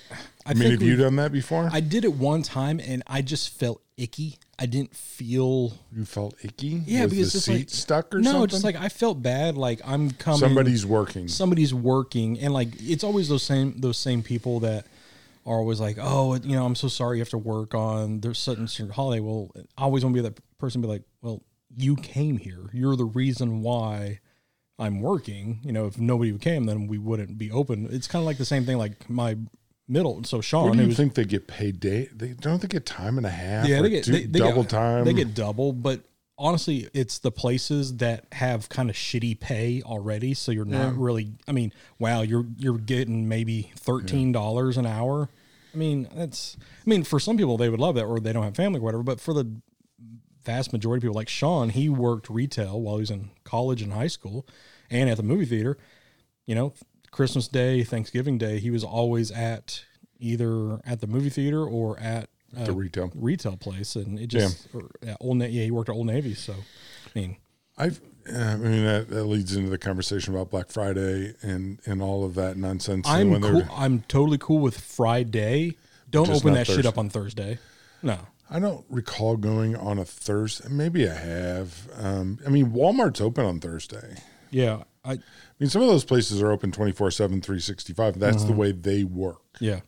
A: I,
B: I, mean,
A: think
B: have you
A: we-
B: done that before?
A: I did it one time, and I just felt icky. I didn't feel.
B: You felt icky?
A: Yeah,
B: Was
A: because
B: the
A: it's
B: seat
A: like-
B: stuck or
A: no,
B: something?
A: just like I felt bad. Like I'm coming.
B: somebody's working.
A: somebody's working and like it's always those same those same people that are always like oh you know i'm so sorry you have to work on there's such and such holiday well i always want to be that person be like well you came here you're the reason why i'm working you know if nobody came then we wouldn't be open it's kind of like the same thing like my middle so
B: What
A: sean
B: do
A: who
B: you
A: was
B: think they get paid day? They don't they get time and a half?
A: yeah,
B: or
A: they get
B: two-
A: they, they
B: double
A: get,
B: time.
A: They get double, but honestly, it's the places that have kind of shitty pay already, so you're not really. I mean, wow, you're you're getting maybe thirteen dollars an hour. I mean, that's. I mean, for some people, they would love that, or they don't have family, or whatever. But for the vast majority of people, like Sean, he worked retail while he was in college and high school, and at the movie theater. You know, Christmas Day, Thanksgiving Day, he was always at either at the movie theater or at uh,
B: the retail.
A: retail place, and it just or, yeah, old Na- yeah he worked at Old Navy, so I mean
B: I've, I mean, that, that leads into the conversation about Black Friday and, and all of that nonsense. and
A: I'm
B: when they're-
A: cool. I'm totally cool with Friday. Don't
B: Just
A: open
B: not
A: that shit up on Thursday. No,
B: I don't recall going on a Thursday. Maybe I have. Um, I mean, Walmart's open on Thursday.
A: yeah, I
B: I mean, some of those places are open 24 7, 365. That's
A: Mm-hmm.
B: the way they work.
A: yeah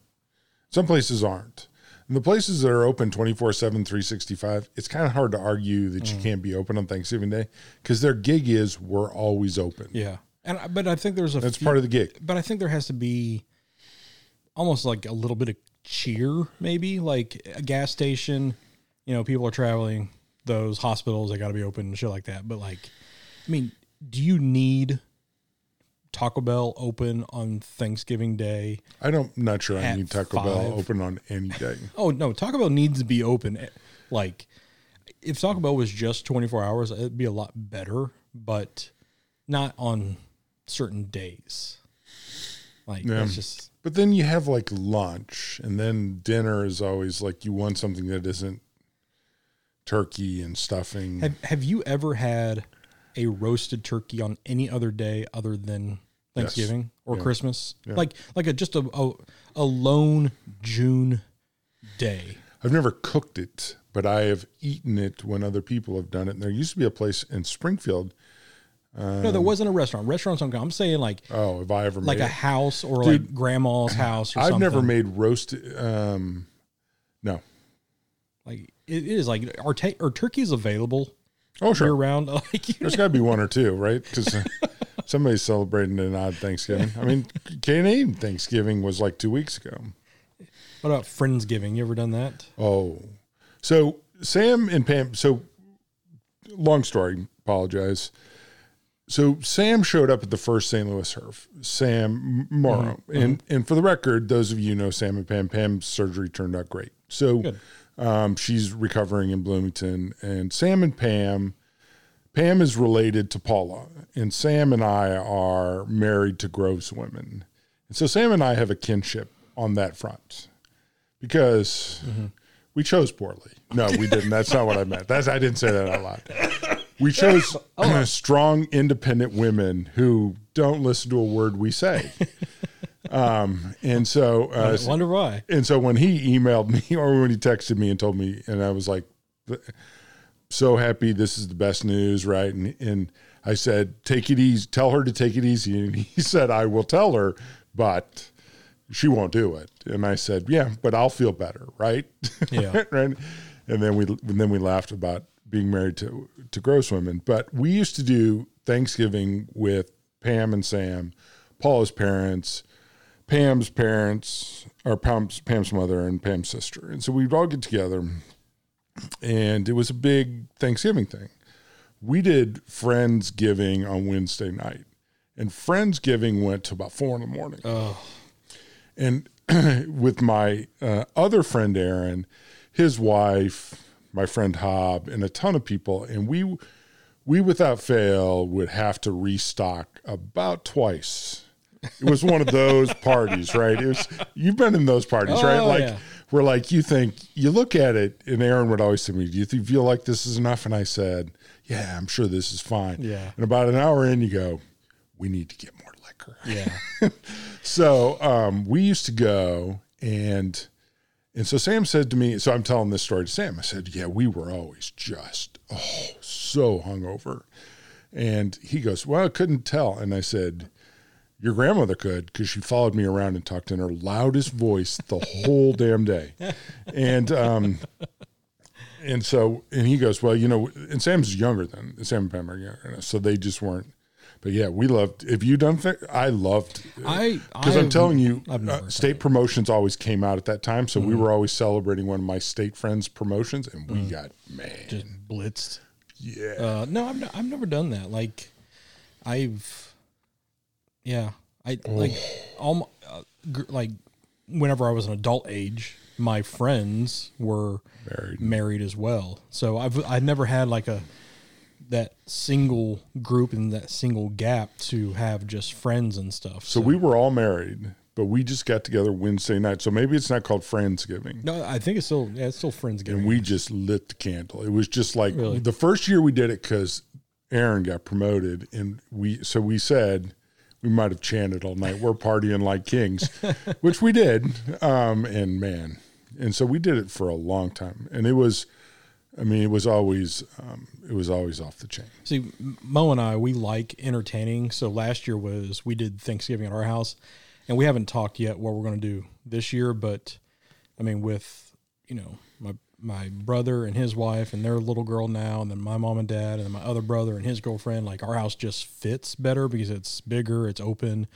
B: Some places aren't. And the places that are open 24 7, 365, it's kind of hard to argue that
A: Mm.
B: you can't be open on Thanksgiving Day because their gig is we're always open.
A: yeah. And I- but I think there's a
B: That's
A: few-
B: part of the gig.
A: but I think there has to be almost like a little bit of cheer, maybe like a gas station. You know, people are traveling. Those hospitals, they got to be open and shit like that. But like, I mean, do you need Taco Bell open on Thanksgiving Day?
B: I don't, am not sure I
A: At
B: need Taco Bell
A: five.
B: open on any day.
A: Oh no, Taco Bell needs to be open. Eh, Like, if Taco Bell was just twenty four hours, it'd be a lot better, but not on certain days. Like that's just
B: But then you have like lunch, and then dinner is always like you want something that isn't turkey and stuffing.
A: Have Have you ever had a roasted turkey on any other day other than Thanksgiving or Christmas? Like like a just a, a a lone June day.
B: I've never cooked it, but I have eaten it when other people have done it. And there used to be a place in Springfield.
A: no,
B: Um,
A: there wasn't a restaurant. Restaurants don't. count. I'm saying like
B: Oh, have I ever
A: like
B: made
A: a
B: it?
A: house or like grandma's house or
B: I've
A: something.
B: never made roast. Um, no.
A: like it is like are ta- are turkeys available
B: Oh, sure.
A: year round? [laughs] Like
B: There's got to be one or two, right? Because
A: [laughs]
B: somebody's celebrating an odd Thanksgiving. I mean, Canadian Thanksgiving was like two weeks ago.
A: what about friendsgiving? You ever done that?
B: Oh, so Sam and Pam. So, long story. Apologize. So Sam showed up at the first St. Louis Surf. Sam Morrow, and and for the record, those of you who know Sam and Pam. Pam's surgery turned out great. So,
A: Good.
B: um, she's recovering in Bloomington, and Sam and Pam. Pam is related to Paula, and Sam and I are married to Groves women. And so Sam and I have a kinship on that front because we chose poorly. No, we didn't. That's not what I meant. That's I didn't say that out loud. We chose strong, independent women who don't listen to a word we say. Um, and so uh,
A: I wonder
B: [laughs]
A: why.
B: and so when he emailed me [laughs] or when he texted me and told me, and I was like, so happy this is the best news, right? And and I said, take it easy, tell her to take it easy. And he [laughs] said, I will tell her, but she won't do it. And I said, yeah, but I'll feel better, right? [laughs]
A: Yeah.
B: right. And then we and then we laughed about being married to to gross women. But we used to do Thanksgiving with Pam and Sam, Paula's parents, Pam's parents, or Pam's, Pam's mother and Pam's sister. And so we'd all get together, and it was a big Thanksgiving thing. We did Friendsgiving on Wednesday night, and Friendsgiving went to about four in the morning.
A: Oh.
B: And [clears throat] with my uh, other friend, Aaron, his wife, my friend Hob, and a ton of people, and we, we without fail would have to restock about twice it was one of those parties, right? It was you've been in those parties, right?
A: Oh,
B: Like
A: yeah.
B: where like you think you look at it, and Aaron would always say to me, "Do you think- feel like this is enough?" And I said, "Yeah, I'm sure this is fine."
A: Yeah.
B: And about an hour in, you go, "We need to get more liquor."
A: Yeah.
B: So um, we used to go and and so Sam said to me, so I'm telling this story to Sam. I said, yeah, we were always just oh so hungover, and he goes, well, I couldn't tell, and I said. Your grandmother could because she followed me around and talked in her loudest voice the whole damn day, and um, and so and he goes, well, you know, and Sam's younger than Sam and Pam are younger, than us, so they just weren't. But yeah, we loved. If you done, thi- I loved [laughs]
A: I
B: because I'm
A: I've-
B: telling you,
A: I've
B: uh,
A: never done
B: state promotions always came out at that time, so
A: Mm-hmm.
B: we were always celebrating one of my state friends' promotions, and we got man,
A: just blitzed.
B: yeah,
A: Uh, no, I've, n- I've never done that. Like, I've, yeah, I
B: Oh.
A: like, all, uh, gr- like, whenever I was an adult age, my friends were
B: Married.
A: as well. So I've I never had like a that single group and that single gap to have just friends and stuff.
B: So we were all married, but we just got together Wednesday night. So maybe it's not called Friendsgiving.
A: no, I think it's still yeah, it's still friends
B: And
A: game.
B: we just lit the candle. It was just like
A: Really?
B: the first year we did it because Aaron got promoted, and we so we said we might have chanted all night. We're partying like kings, which we did. Um, and man, and so we did it for a long time, and it was. I mean, it was always um, it was always off the chain.
A: See, M- Mo and I, we like entertaining. So last year was we did Thanksgiving at our house, and we haven't talked yet what we're going to do this year. But I mean, with you know my my brother and his wife and their little girl now, and then my mom and dad, and then my other brother and his girlfriend. Like our house just fits better because it's bigger, it's open,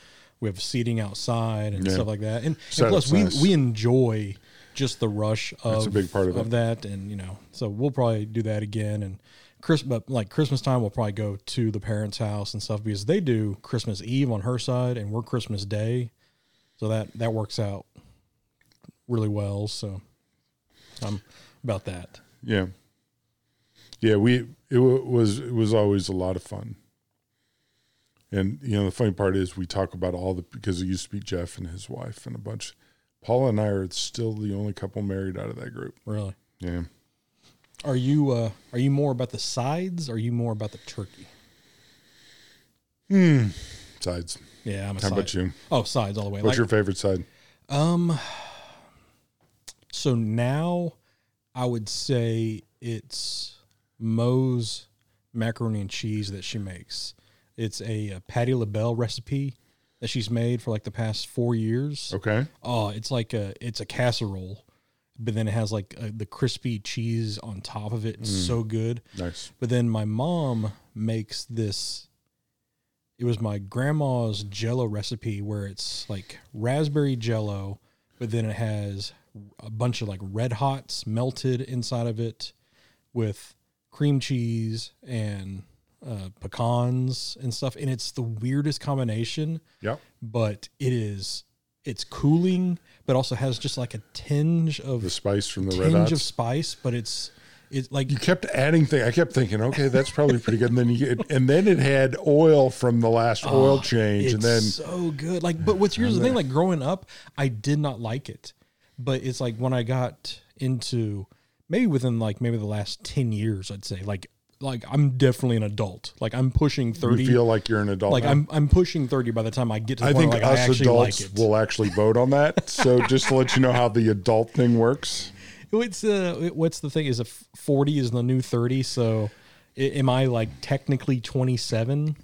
A: we have seating outside and
B: Yeah.
A: stuff like that. And, and
B: Setup's
A: plus, we
B: nice.
A: we enjoy just the rush of
B: That's a big part of it.
A: that and you know so we'll probably do that again and Chris, but like Christmas time, we'll probably go to the parents' house and stuff because they do Christmas Eve on her side, and we're Christmas Day, so that that works out really well. So I'm about that.
B: Yeah, yeah. We it wa- was it was always a lot of fun. And you know, the funny part is we talk about all the because it used to be Jeff and his wife and a bunch. Paula and I are still the only couple married out of that group.
A: Really,
B: Yeah.
A: are you uh, are you more about the sides? Or are you more about the turkey?
B: Sides.
A: Yeah, I'm a
B: How
A: side.
B: about you?
A: Oh, sides all the way. Like-
B: What's your favorite side?
A: Um. So now, I would say it's Moe's macaroni and cheese that she makes. It's a, uh Patty LaBelle recipe that she's made for like the past four years.
B: Okay.
A: Oh, it's like a it's a casserole, but then it has like a, the crispy cheese on top of it. It's so good.
B: Nice.
A: But then my mom makes this. It was my grandma's Jello recipe where it's like raspberry Jello, but then it has a bunch of like red hots melted inside of it, with cream cheese and uh, pecans and stuff. And it's the weirdest combination
B: Yep.
A: but it is it's cooling, but also has just like a tinge
B: The
A: of
B: spice from the red
A: tinge of
B: hots.
A: spice. But it's it's like
B: You kept adding things. I kept thinking, okay, that's probably pretty good. And then you get, and then it had oil from the last oil
A: Ah,
B: change,
A: it's
B: and then
A: so good. Like, but what's here's the thing: like growing up, I did not like it, but it's like when I got into maybe within like maybe the last ten years, I'd say like like I'm definitely an adult. Like I'm pushing thirty.
B: you feel like you're an adult.
A: like
B: now.
A: I'm I'm pushing thirty by the time I get to the
B: I
A: point where,
B: think
A: like, I
B: us
A: actually
B: adults
A: like it.
B: will actually vote on
A: [laughs]
B: that. So just to let you know how the adult thing works.
A: It's uh, it- what's the thing? Is a f- forty is the new thirty? So, i- am I like technically twenty seven?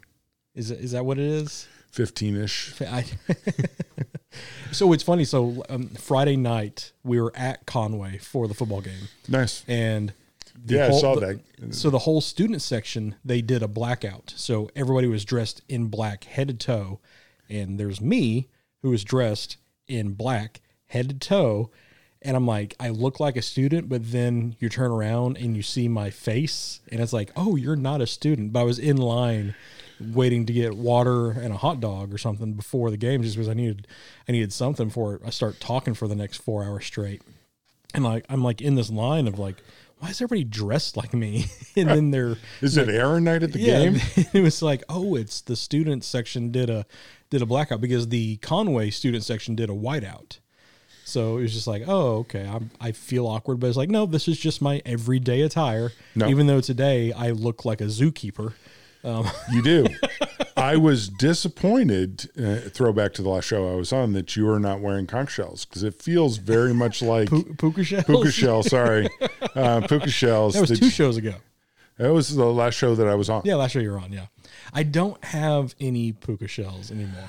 A: Is it- is that what it is?
B: 15 ish.
A: I, [laughs] so it's funny. So um, Friday night we were at Conway for the football game,
B: Nice.
A: and the
B: Yeah, I
A: whole-
B: saw
A: the-
B: that.
A: So the whole student section they did a blackout. So everybody was dressed in black head to toe, and there's me who was dressed in black head to toe. And I'm like, I look like a student, but then you turn around and you see my face, and it's like, oh, you're not a student. But I was in line waiting to get water and a hot dog or something before the game just because I needed I needed something for it. I start talking for the next four hours straight. And like I'm like in this line of like, why is everybody dressed like me? [laughs] and then
B: [laughs]
A: they're
B: Is it Aaron night at the
A: yeah,
B: game?
A: [laughs] it was like, oh, it's the student section did a did a blackout because the Conway student section did a whiteout. So it was just like, oh, okay, I'm, I feel awkward, but it's like, no, this is just my everyday attire.
B: No.
A: Even though today I look like a zookeeper.
B: You do. I was disappointed. Uh, throwback to the last show I was on that you are not wearing conch shells because it feels
A: [laughs]
B: very much like
A: P- Puka shells.
B: puka shell.
A: [laughs]
B: Sorry, uh, puka shells.
A: That was
B: Did
A: two
B: you-
A: shows ago.
B: that was the last show that I was on.
A: Yeah, last show you were on. Yeah, I don't have any puka shells anymore.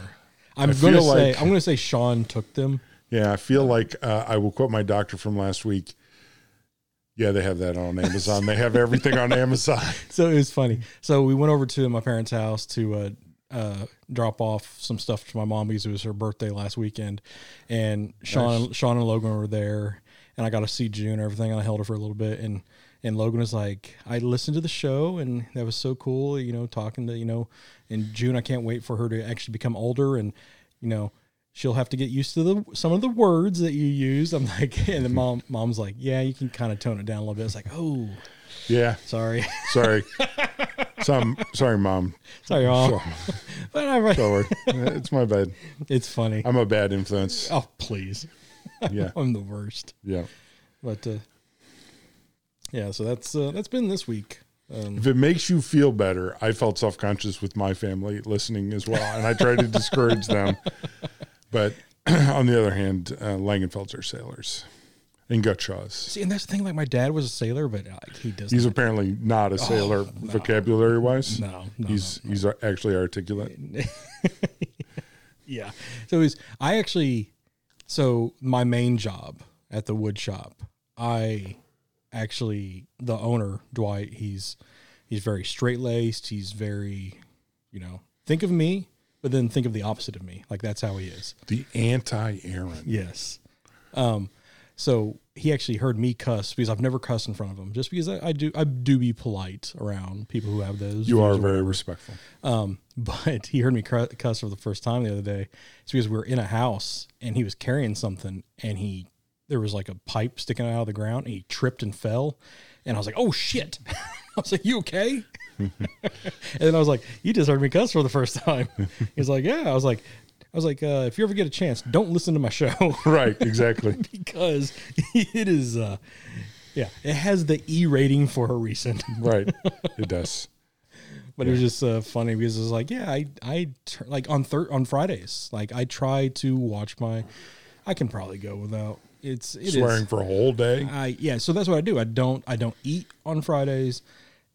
A: I'm
B: I
A: gonna
B: feel
A: say
B: like-
A: I'm gonna say Sean took them.
B: Yeah, I feel like uh, I will quote my doctor from last week. Yeah, they have
A: [laughs]
B: that on Amazon. they have everything on Amazon. [laughs]
A: so it was funny. So we went over to my parents' house to uh, uh, drop off some stuff to my mom because it was her birthday last weekend, and Sean, Sean and Logan were there, and I got to see June and everything. And I held her for a little bit, and and Logan was like, "I listened to the show, and that was so cool, you know, talking to you know." And June, I can't wait for her to actually become older, and you know. She'll have to get used to the some of the words that you use. I'm like, [laughs] and the mom mom's like, yeah, you can kind of tone it down a little bit. It's like, oh,
B: Yeah,
A: sorry, [laughs]
B: sorry. Some sorry, mom.
A: sorry, mom. [laughs]
B: Sorry,
A: But I,
B: sorry. It's my bad.
A: it's funny.
B: I'm a bad influence.
A: oh please,
B: Yeah,
A: I'm the worst.
B: yeah.
A: But uh, yeah, so that's uh, that's been this week. Um,
B: If it makes you feel better, I felt self conscious with my family listening as well, and I tried to discourage them. But [clears throat] on the other hand, uh, Langenfelds are sailors, and Gutshaws.
A: see, and that's the thing. Like my dad was a sailor, but like, he does.
B: He's apparently not a sailor, vocabulary wise.
A: Oh, no, no,
B: he's he's actually articulate.
A: yeah. So is I actually so my main job at the wood shop, I actually the owner, Dwight, he's he's very straight laced, he's very, you know, think of me, but then think of the opposite of me. Like that's how he is.
B: The anti Aaron.
A: Yes. Um, so he actually heard me cuss because I've never cussed in front of him, just because I, I do I do be polite around people who have those.
B: You are
A: views.
B: very respectful.
A: Um, [laughs] but he heard me cr- cuss for the first time the other day. It's because we were in a house and he was carrying something and he there was like a pipe sticking out of the ground and he tripped and fell. And I was like, "Oh shit!" [laughs] I was like, "You okay?" [laughs] And then I was like, "You just heard me cuss for the first time." [laughs] He's like, "Yeah." I was like, "I was like, uh, if you ever get a chance, don't listen to my show." [laughs]
B: Right, exactly.
A: because [laughs] it is uh yeah it has the e rating for a reason [laughs]
B: right. It does.
A: but it was just uh, funny because it was like yeah i i tur- like on thir- on fridays like i try to watch my i can probably go without it's it is
B: Swearing for a whole day.
A: i yeah so that's what i do i don't i don't eat on fridays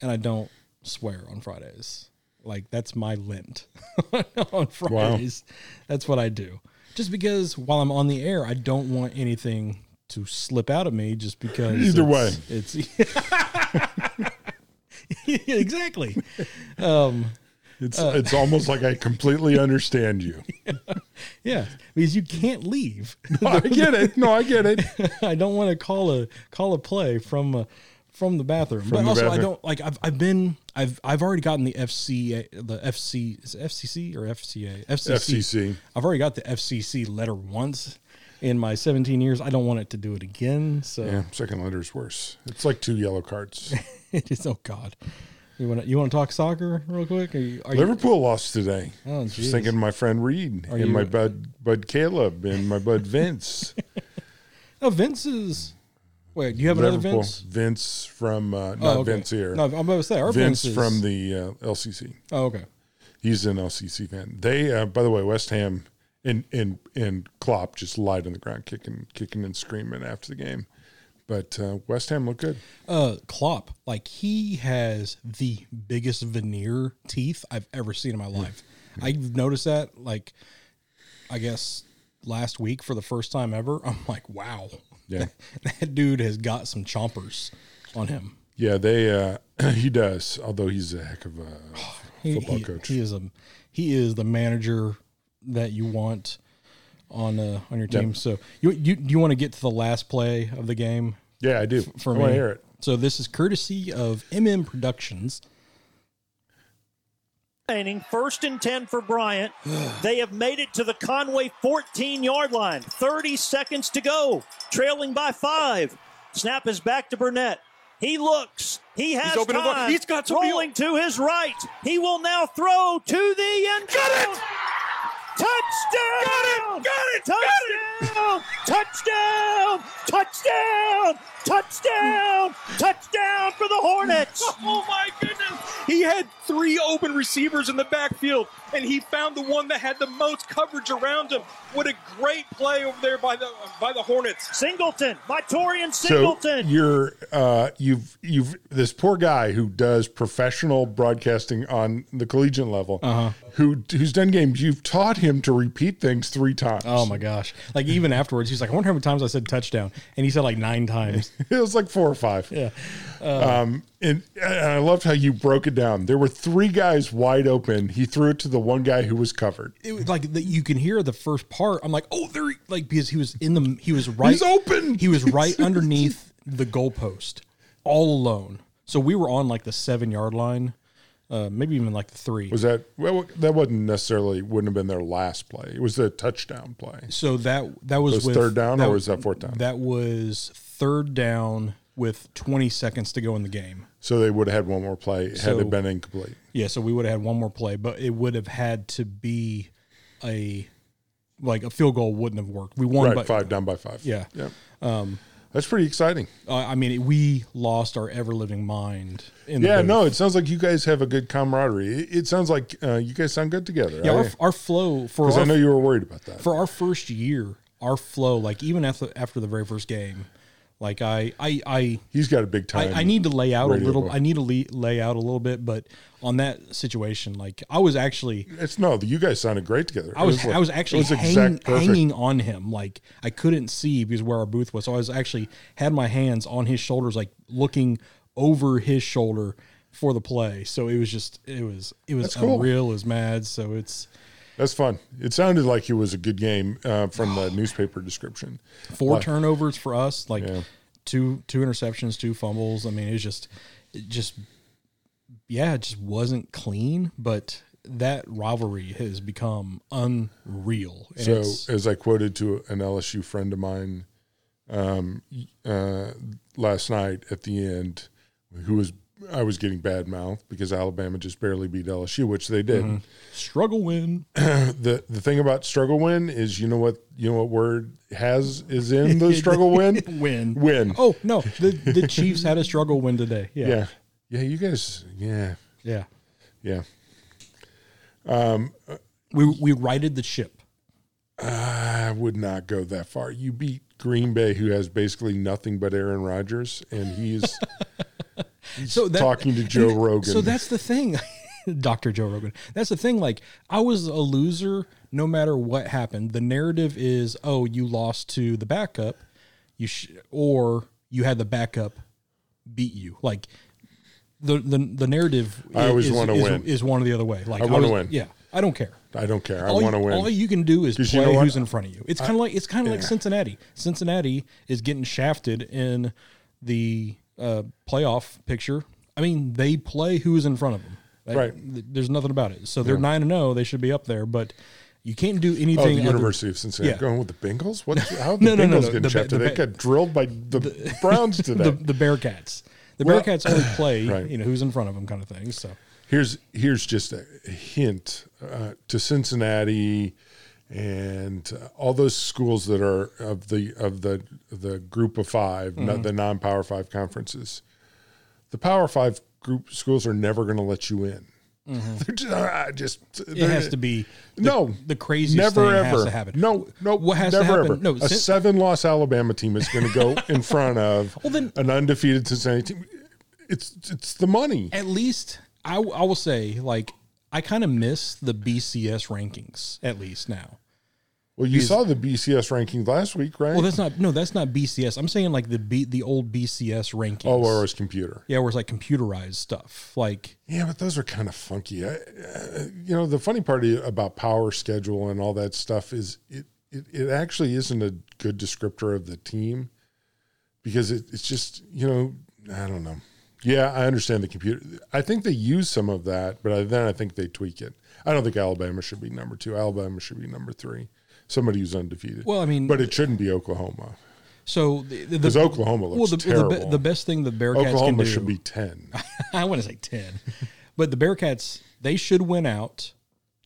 A: and i don't swear on fridays like that's my lint [laughs] on fridays that's what i do just because while i'm on the air i don't want anything to slip out of me just because
B: Either
A: it's, it's [laughs] exactly um
B: It's it's almost like I
A: [laughs]
B: completely understand you.
A: yeah because you can't leave
B: No, I get it. No, I get it.
A: [laughs] I don't want to call a call a play from uh, from the bathroom. but
B: the
A: also, I
B: bathroom.
A: don't like. I've, I've been. I've I've already gotten the FCA, the FC is it FCC or FCA FCC.
B: FCC.
A: I've already got the FCC letter once in my 17 years. I don't want it to do it again. So
B: Yeah, second letter is worse. It's like two yellow cards.
A: [laughs] it is. Oh God. You want to you want to talk soccer real quick? Are you, are you
B: Liverpool lost today.
A: Oh,
B: I was
A: jeez.
B: thinking of my friend Reed and
A: you-
B: my bud bud Caleb and my
A: [laughs]
B: bud Vince.
A: oh, Vince is. Wait, do you have another
B: Liverpool.
A: Vince?
B: Vince from uh,
A: Oh,
B: not
A: okay.
B: Vince here.
A: No, I'm about to say our
B: Vince,
A: Vince, is,
B: from the uh, LCC.
A: Oh, okay.
B: He's an LCC fan. They, uh, by the way, West Ham and and and Klopp just lied on the ground, kicking, kicking and screaming after the game. But uh, West Ham looked good.
A: uh Klopp, like he has the biggest veneer teeth I've ever seen in my life. I've noticed that like I guess last week for the first time ever. [laughs] I'm like, wow.
B: Yeah.
A: [laughs] That, dude has got some chompers on him.
B: Yeah, they. Uh, [clears throat] he does. Although he's a heck of a
A: He,
B: Football
A: he-
B: coach.
A: he is a he is the manager that you want on uh, on your team. So you you you want to get to the last play of the game
B: Yeah, I do.
A: for
B: I
A: me.
B: want to hear it.
A: So this is courtesy of MM Productions.
C: remaining. First and 10 for [sighs] Bryant. they have made it to the Conway 14 yard line. 30 seconds to go. Trailing by five. Snap is back to Burnett. He looks. He has
D: open and look.
C: time.
D: He's got somebody-
C: rolling to his right. He will now throw to the end zone. Touchdown! Got it! Got it! Touchdown! Touchdown! Touchdown! Touchdown! Touchdown for the [laughs] Hornets!
D: [laughs] Oh my goodness! He had three open receivers in the backfield, and he found the one that had the most coverage around him. What a great play over there by the by the Hornets.
C: Singleton, Vitorian
B: So
C: Singleton.
B: you're uh, you've you've this poor guy who does professional broadcasting on the collegiate level,
A: Uh-huh.
B: who who's done games. You've taught him to repeat things three times.
A: Oh my gosh! Like even afterwards, he's like, "I wonder how many times I said touchdown," and he said like nine times.
B: [laughs] It was like four or five.
A: Yeah. Uh,
B: Um, and, and I loved how you broke it down. There were three guys wide open. He threw it to the one guy who was covered.
A: [laughs] It was like the, you can hear the first part. I'm like, "Oh, there!" he-" Like because he was in the he was right.
B: He's open!
A: [laughs] He was right underneath the goalpost, all alone. So we were on like the seven yard line, uh, maybe even like the three.
B: Was that well? That wasn't necessarily wouldn't have been their last play. It was the touchdown play.
A: So that that was,
B: Was
A: with,
B: third down or was that fourth down?
A: That was third down with 20 seconds to go in the game.
B: So they would have had one more play had
A: So-
B: it been incomplete.
A: Yeah, so we would have had one more play, but it would have had to be a like a field goal wouldn't have worked. We won,
B: Right,
A: but
B: five down by five.
A: yeah,
B: Yep. Um, That's pretty exciting.
A: Uh, I mean, we lost our ever living mind. In the
B: Yeah,
A: booth.
B: no, it sounds like you guys have a good camaraderie. It, it sounds like uh, you guys sound good together.
A: yeah,
B: I-
A: our, our flow for
B: 'cause I
A: our,
B: know you were worried about that.
A: for our first year, our flow like even after after the very first game, like I I I
B: He's got a big time.
A: I, I need to lay out a
B: radio
A: little.
B: boy.
A: I need to le- lay out a little bit, but on that situation, like I was actually,
B: It's no, you guys sounded great together.
A: I
B: It
A: was,
B: like-
A: I was actually
B: it was
A: hang-
B: exact perfect.
A: hanging on him. Like I couldn't see because where our booth was, so I was actually had my hands on his shoulders, like looking over his shoulder for the play. So it was just, it was, it was
B: That's cool.
A: unreal as mad. So it's
B: That's fun. It sounded like it was a good game uh, from the newspaper description.
A: four
B: Like,
A: turnovers for us, like
B: Yeah.
A: two two interceptions, two fumbles. I mean, it was just it just yeah, it just wasn't clean, but that rivalry has become unreal. And
B: So,
A: it's,
B: as I quoted to an LSU friend of mine um, uh, last night at the end, who was I was getting bad mouth because Alabama just barely beat LSU, which they did.
A: Mm-hmm. struggle win.
B: the the thing about struggle win is you know what you know what word has is in the struggle win
A: [laughs] Win.
B: win
A: Oh no, the the Chiefs had a struggle win today. Yeah.
B: yeah yeah you guys yeah
A: Yeah.
B: yeah
A: We we righted the ship.
B: I would not go that far you beat Green Bay who has basically nothing but Aaron Rodgers and he's
A: [laughs] So that,
B: talking to Joe
A: and-
B: Rogan
A: So that's the thing, [laughs] Doctor Joe Rogan. That's the thing. Like I was a loser no matter what happened. The narrative is, oh, you lost to the backup, you sh- or you had the backup beat you. Like the the, the narrative.
B: I always
A: is-
B: wanna
A: is-
B: win.
A: Is one or the other way. Like
B: I wanna
A: was-
B: win.
A: Yeah, I don't care.
B: I don't care I
A: All you-
B: want to
A: All
B: win
A: you can do is
B: 'Cause
A: play
B: you know what?
A: who's in front of you. It's kind of like it's kind of like Cincinnati. Cincinnati is getting shafted in the uh, playoff picture. I mean, they play who is in front of them. Like,
B: Right.
A: th- There's nothing about it. So they're nine and zero. They should be up there, but you can't do anything.
B: Oh,
A: other- [laughs]
B: the University of Cincinnati
A: Yeah.
B: going with the Bengals? What?
A: [laughs]
B: How are the
A: No,
B: Bengals
A: no, no, no.
B: getting
A: The Ba-
B: shafted?
A: the
B: They
A: Ba-
B: got drilled by the, [laughs]
A: [laughs]
B: Browns today.
A: the, the Bearcats. The
B: Well-
A: Bearcats
B: [coughs]
A: only play,
B: Right.
A: you know, who's in front of them, kind of thing. So
B: Here's here's just a hint uh, to Cincinnati and uh, all those schools that are of the of the the group of 5
A: Mm-hmm.
B: not the non Power Five conferences. The Power Five group schools are never going to let you in. [laughs] They're just, uh, just
A: Mm-hmm. it has to be the,
B: no
A: the craziest
B: never
A: thing
B: ever
A: has to happen.
B: no no
A: What has to
B: never
A: happen?
B: ever
A: No,
B: a
A: Cin-
B: seven loss Alabama team is going
A: [laughs]
B: to go in front of
A: Well, then-
B: an undefeated Cincinnati team. It's it's the money.
A: at least I, I will say like I kind of miss the BCS rankings at least now.
B: Well, you saw the BCS rankings last week, right?
A: Well, that's not no, that's not BCS. I'm saying like the B, the old BCS rankings.
B: oh, or his computer.
A: yeah, where it's like computerized stuff. Like
B: Yeah, but those are kind of funky. I, uh, you know, the funny part about power schedule and all that stuff is it, it, it actually isn't a good descriptor of the team because it, it's just you know I don't know. Yeah, I understand the computer. I think they use some of that, but I, then I think they tweak it. I don't think Alabama should be number two. Alabama should be number three. Somebody who's undefeated.
A: Well, I mean-
B: but it shouldn't be Oklahoma
A: So the, the,
B: because Oklahoma looks
A: well, the, the,
B: terrible.
A: be- the best thing the Bearcats can
B: Oklahoma
A: do
B: should be ten.
A: [laughs] I want to say 10. But the Bearcats, they should win out.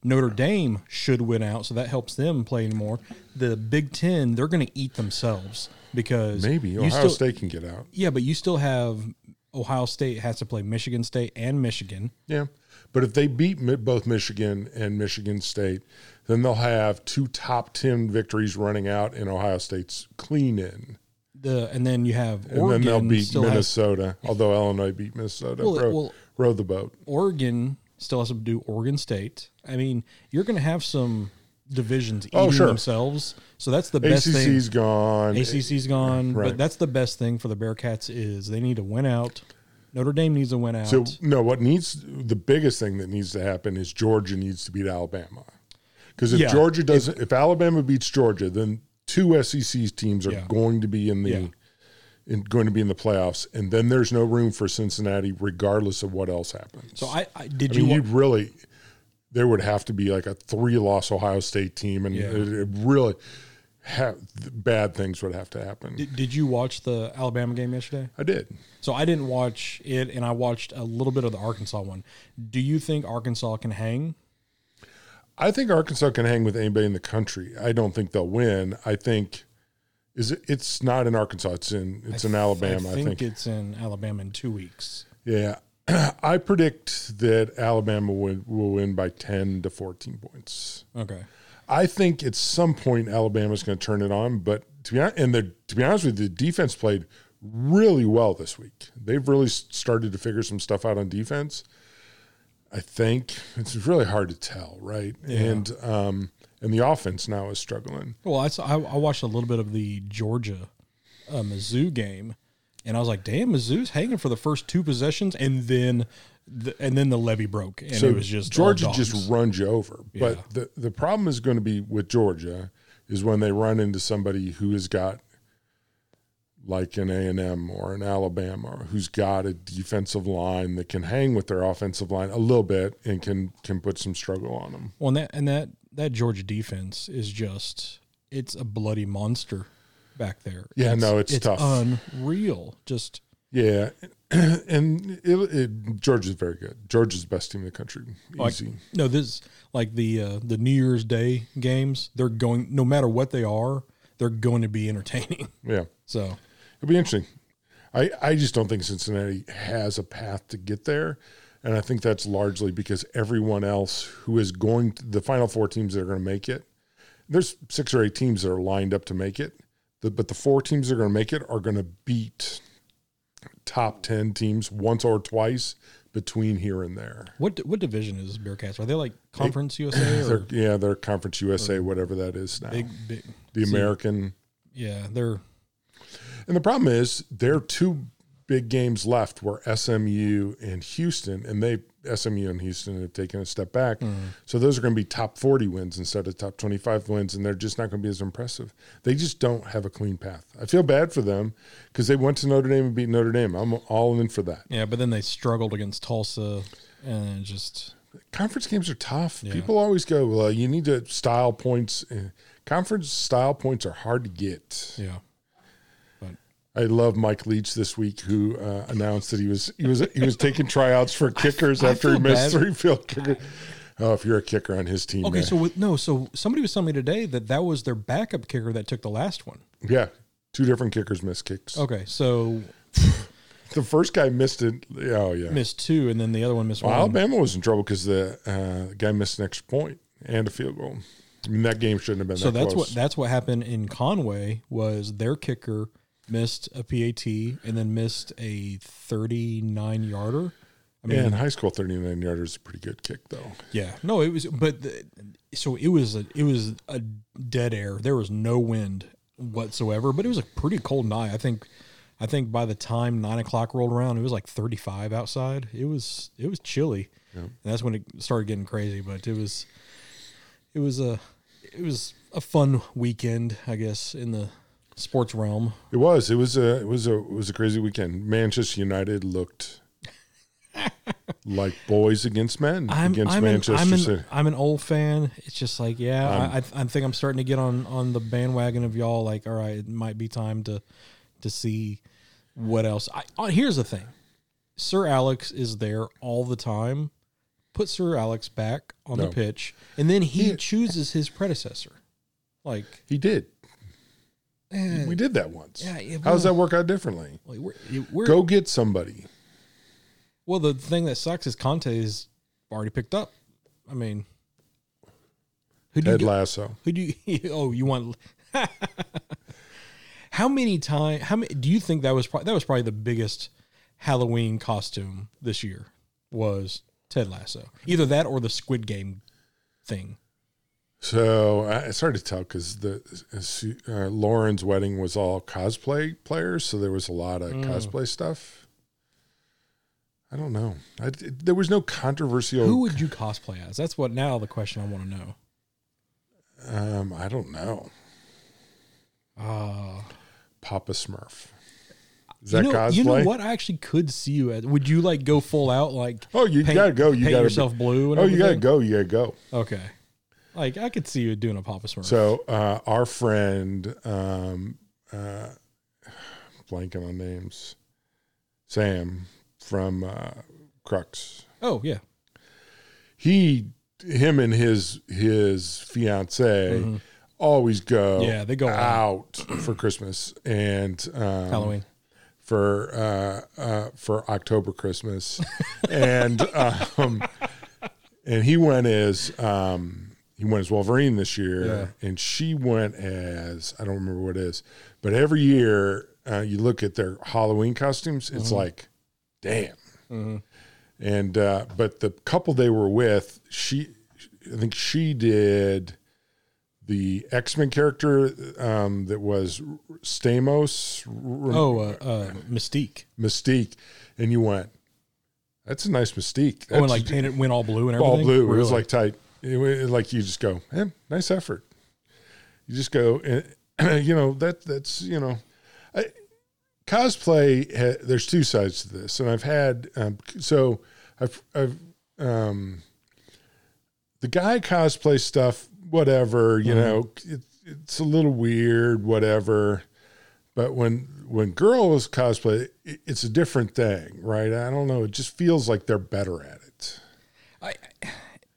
A: Notre Dame should win out, so that helps them play more. The Big Ten, they're going to eat themselves because
B: Maybe
A: you
B: Ohio
A: still-
B: State can get out.
A: Yeah, but you still have Ohio State has to play Michigan State and Michigan.
B: Yeah, but if they beat mi- both Michigan and Michigan State, then they'll have two top ten victories running out in Ohio State's clean in,
A: The and then you have
B: and
A: Oregon.
B: then they'll beat
A: still has,
B: Minnesota. although Illinois beat Minnesota,
A: Well,
B: row,
A: well-
B: row the boat.
A: Oregon still has to do Oregon State. I mean, you're going to have some divisions eating
B: Oh, sure.
A: themselves. So that's the best thing.
B: ACC's gone.
A: ACC's gone,
B: Right.
A: but that's the best thing for the Bearcats is they need to win out. Notre Dame needs to win out.
B: So no, what needs the biggest thing that needs to happen is Georgia needs to beat Alabama. Because if
A: Yeah.
B: Georgia doesn't, if, Alabama beats Georgia, then two SEC teams are
A: Yeah.
B: going to be in the
A: Yeah.
B: in, going to be in the playoffs, and then there's no room for Cincinnati, regardless of what else happens.
A: so I, I did
B: I
A: you
B: mean,
A: wa-
B: you'd really there would have to be like a three-loss Ohio State team, and
A: Yeah.
B: it, it really ha- bad things would have to happen.
A: did, did you watch the Alabama game yesterday?
B: I did.
A: So I didn't watch it, and I watched a little bit of the Arkansas one. Do you think Arkansas can hang?
B: I think Arkansas can hang with anybody in the country. I don't think they'll win. I think is it, it's not in Arkansas. It's in it's in Alabama.
A: I think, it's in Alabama in two weeks.
B: yeah. [clears throat] I predict that Alabama will, will win by ten to fourteen points.
A: Okay.
B: I think at some point Alabama's going to turn it on, but to be honest, and the, to be honest with you, the defense played really well this week. They've really s- started to figure some stuff out on defense. I think it's really hard to tell, right? And um, and the offense now is struggling.
A: Well, I, saw, I, I watched a little bit of the Georgia uh, Mizzou game, and I was like, "Damn, Mizzou's hanging for the first two possessions, and then the, and then the levy broke, and it was just all
B: Georgia
A: dogs.
B: just runs you over.
A: Yeah.
B: But the the problem is going to be with Georgia is when they run into somebody who has got like an A and M or an Alabama or who's got a defensive line that can hang with their offensive line a little bit and can can put some struggle on them.
A: Well, and that and that that Georgia defense is just it's a bloody monster back there.
B: Yeah, no, it's tough.
A: unreal. Just
B: Yeah, [clears throat] and it, it, Georgia's very good. Georgia's the best team in the country.
A: like
B: Easy.
A: no, this like the uh, the New Year's Day games. They're going no matter what they are, they're going to be entertaining. [laughs]
B: yeah.
A: So
B: It'll be interesting. I, I just don't think Cincinnati has a path to get there. And I think that's largely because everyone else who is going to the final four teams that are going to make it, there's six or eight teams that are lined up to make it. The, but the four teams that are going to make it are going to beat top 10 teams once or twice between here and there.
A: what what division is Bearcats? Are they like Conference [laughs] USA or
B: They're, yeah, their Conference USA, whatever that is now.
A: big big?
B: the American.
A: Yeah, they're
B: And the problem is there are two big games left were SMU and Houston, and they SMU and Houston have taken a step back. So those are going to be top 40 wins instead of top 25 wins, and they're just not going to be as impressive. They just don't have a clean path. I feel bad for them because they went to Notre Dame and beat Notre Dame. I'm all in for that.
A: yeah, but then they struggled against Tulsa and just
B: Conference games are tough. People always go, well, you need to style points. Eh, Conference style points are hard to get.
A: yeah. But
B: I love Mike Leach this week, who uh, announced that he was he was he was taking tryouts for kickers
A: I
B: after he
A: feel bad.
B: missed three field kickers. Oh, if you're a kicker on his team,
A: Okay,
B: man.
A: so with, no, so somebody was telling me today that that was their backup kicker that took the last one.
B: yeah, two different kickers missed kicks.
A: Okay, so
B: The first guy missed it. Oh yeah,
A: missed two, and then the other one missed
B: Well,
A: one.
B: Alabama was in trouble because the uh, guy missed an extra point and a field goal. I mean, that game shouldn't have been.
A: so
B: that
A: that's
B: close.
A: what that's what happened in Conway was their kicker missed a PAT and then missed a thirty-nine yarder. I mean,
B: yeah, in high school, 39 yarders is a pretty good kick though.
A: yeah, no, it was, but the, so it was a it was a dead air. There was no wind whatsoever, but it was a pretty cold night. I think. I think by the time nine o'clock rolled around, it was like thirty-five outside. It was it was chilly, and that's when it started getting crazy. But it was, it was a, it was a fun weekend, I guess, in the sports realm.
B: It was. It was a. It was a. It was a crazy weekend. Manchester
A: [laughs]
B: United looked like boys against men
A: I'm,
B: against
A: I'm, an,
B: Manchester
A: I'm,
B: City.
A: an, I'm an old fan. It's just like, yeah, I, I, I think I'm starting to get on, on the bandwagon of y'all. Like, all right, it might be time to to see what else. I, oh, here's the thing: Sir Alex is there all the time. Put Sir Alex back on the
B: No.
A: pitch, and then he
B: He-
A: chooses his predecessor. Like,
B: He did.
A: eh,
B: We did that once.
A: Yeah, yeah,
B: How does
A: well-
B: that work out differently?
A: like we're, we're
B: Go get somebody.
A: Well, the thing that sucks is Conte is already picked up. I mean, who do you
B: Ted
A: go-
B: Lasso.
A: who do you? [laughs] Oh, you want? [laughs] how many time? How many? Do you think that was probably that was probably the biggest Halloween costume this year was Ted Lasso? Either that or the Squid Game thing.
B: So I it's hard to tell because the uh, Lauren's wedding was all cosplay players, so there was a lot
A: Mm.
B: of cosplay stuff. I don't know. I, there was no controversial.
A: Who would you cosplay as? That's what now the question I want to know.
B: um, I don't know.
A: Uh,
B: Papa Smurf. Is
A: you
B: that
A: know,
B: cosplay?
A: you know what? I actually could see you as. Would you like go full out? Like,
B: Oh, you
A: paint-
B: gotta go. You
A: paint
B: gotta be-
A: yourself blue. And
B: Oh, you gotta
A: everything?
B: go. You gotta go.
A: Okay. Like I could see you doing a Papa Smurf.
B: So uh, our friend, um, uh, blanking on names, Sam from uh, Crux.
A: oh yeah.
B: He, him, and his his fiance always go.
A: Mm-hmm. Yeah, they go
B: out for Christmas and um,
A: Halloween.
B: for uh, uh, for October Christmas, and um, and he went as um, he went as Wolverine this year, and she went as I don't remember what it is, but every year uh, you look at their Halloween costumes, it's like, damn. And uh, but the couple they were with, she I think she did the X Men character um, that was Stamos. Re-
A: Oh, uh, uh, Mystique.
B: Mystique, and you went, "That's a nice Mystique." That's
A: oh, and like painted went all blue and everything.
B: all blue. It was
A: Really?
B: like tight. It wa- it like you just go, eh, "Nice effort." You just go, and [clears throat] you know that that's you know, I, cosplay. Ha, there's two sides to this, and I've had um, so I've I've um, the guy cosplay stuff, whatever
A: Mm-hmm.
B: you know, it, it's a little weird, whatever. But when when girls cosplay, it, it's a different thing, right? I don't know. It just feels like they're better at it.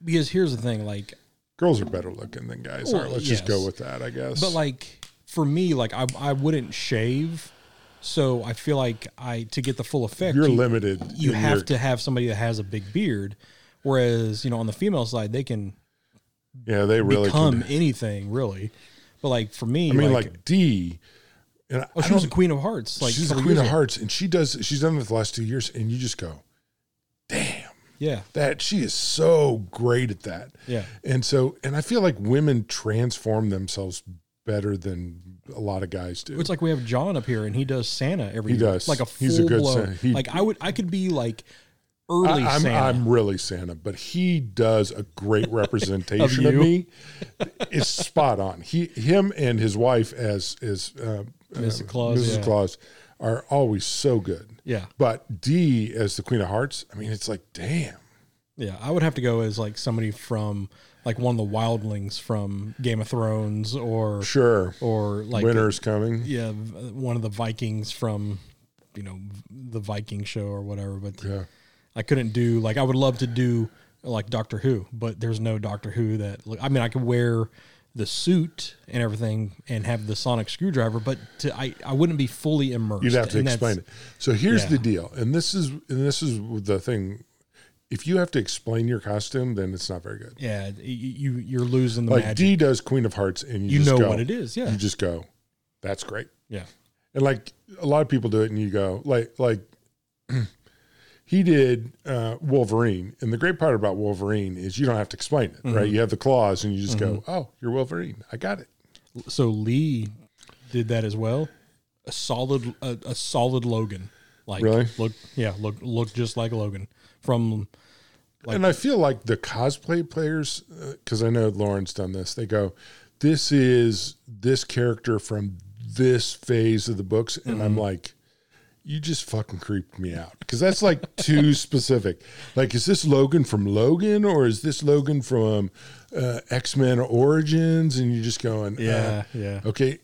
A: because here's the thing, like,
B: Girls are better looking than guys
A: Well,
B: are. Let's just go
A: yes.
B: with that, I guess.
A: but like for me, like I I wouldn't shave, so I feel like I to get the full effect.
B: you're
A: you-
B: limited.
A: You
B: in
A: have
B: your-
A: to have somebody that has a big beard, whereas you know on the female side they can
B: Yeah, they really
A: become
B: Can,
A: anything really. But like for me,
B: I mean, like, D. And
A: oh,
B: I
A: she was a
B: don't-
A: queen of hearts. Like
B: she's
A: a
B: the queen of hearts, and she does. She's done it the last two years, and you just go, damn.
A: Yeah,
B: that she is so great at that.
A: Yeah.
B: And so and I feel like women transform themselves better than a lot of guys do.
A: It's like we have John up here, and he does Santa every
B: He
A: year.
B: does.
A: Like a full
B: He's a good
A: blown.
B: Santa. He-
A: like I would, I could be like early
B: I, am
A: Santa.
B: I'm really Santa, but he does a
A: [laughs]
B: great representation
A: Of
B: of,
A: you.
B: me. It's spot on. He, him, and his wife as as uh,
A: Mrs.
B: uh,
A: Claus,
B: Mrs.
A: yeah.
B: Claus are always so good.
A: Yeah.
B: But D as the Queen of Hearts. I mean, it's like damn.
A: yeah, I would have to go as like somebody from like one of the wildlings from Game of Thrones, or
B: Sure,
A: or like
B: winter's coming.
A: yeah, v- one of the Vikings from you know the Viking show or whatever. But
B: Yeah.
A: I couldn't do like I would love to do like Doctor Who, but there's no Doctor Who that look. I mean, I could wear the suit and everything and have the sonic screwdriver, but to, I I wouldn't be fully immersed.
B: You'd have to
A: and that's-
B: explain it. So here's
A: yeah.
B: the deal, and this is and this is the thing. If you have to explain your costume, then it's not very good.
A: Yeah, y- y- you you're losing the
B: Like
A: magic.
B: D does Queen of Hearts, and you,
A: You
B: just
A: know
B: go- Mm.
A: what it is, yeah.
B: [laughs] you just go, that's great.
A: yeah,
B: And like a lot of people do it, and you go like like [clears throat] he did uh, Wolverine. And the great part about Wolverine is you don't have to explain it, right? You have the claws, and you just go, oh, you're Wolverine. I got it.
A: so Lee did that as well. A solid a, a solid Logan. Like
B: Really?
A: look yeah, look look just like Logan from
B: uh, and I feel like the cosplay players, because I know Lauren's done this, they go, this is this character from this phase of the books, and
A: Mm-hmm.
B: I'm like, you just fucking creeped me out because that's like too [laughs] specific. Like, is this Logan from Logan or is this Logan from uh, X Men Origins? And you're just going,
A: Yeah,
B: uh,
A: yeah.
B: okay,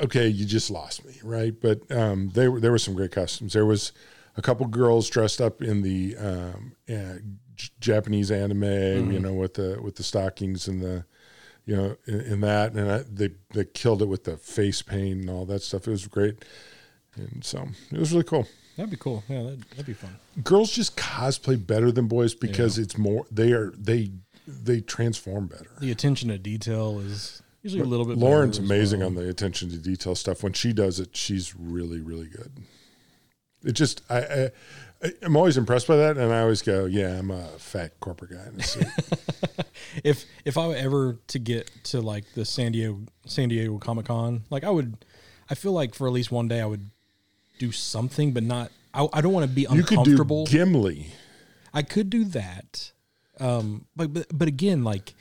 B: okay, you just lost me, right? But um, they were there were some great costumes. There was a couple girls dressed up in the um, uh, J- Japanese anime, you know, with the with the stockings and the you know in, in that, and I, they they killed it with the face paint and all that stuff. It was great, and so it was really cool.
A: That'd be cool. Yeah, that'd, that'd be fun.
B: Girls just cosplay better than boys because it's more they are they they transform better.
A: The attention to detail is usually a little bit.
B: Lauren's
A: better as
B: amazing
A: well.
B: on the attention to detail stuff. When she does it, she's really, really good. It just, I, I, I- I'm always impressed by that, and I always go, "Yeah, I'm a fat corporate guy." In
A: [laughs]
B: a suit."
A: If if I were ever to get to like the San Diego San Diego Comic Con, like I would, I feel like for at least one day I would do something, but not. I, I don't want to be
B: you could do
A: uncomfortable.
B: Gimli.
A: I could do that. Um, but, but but again, like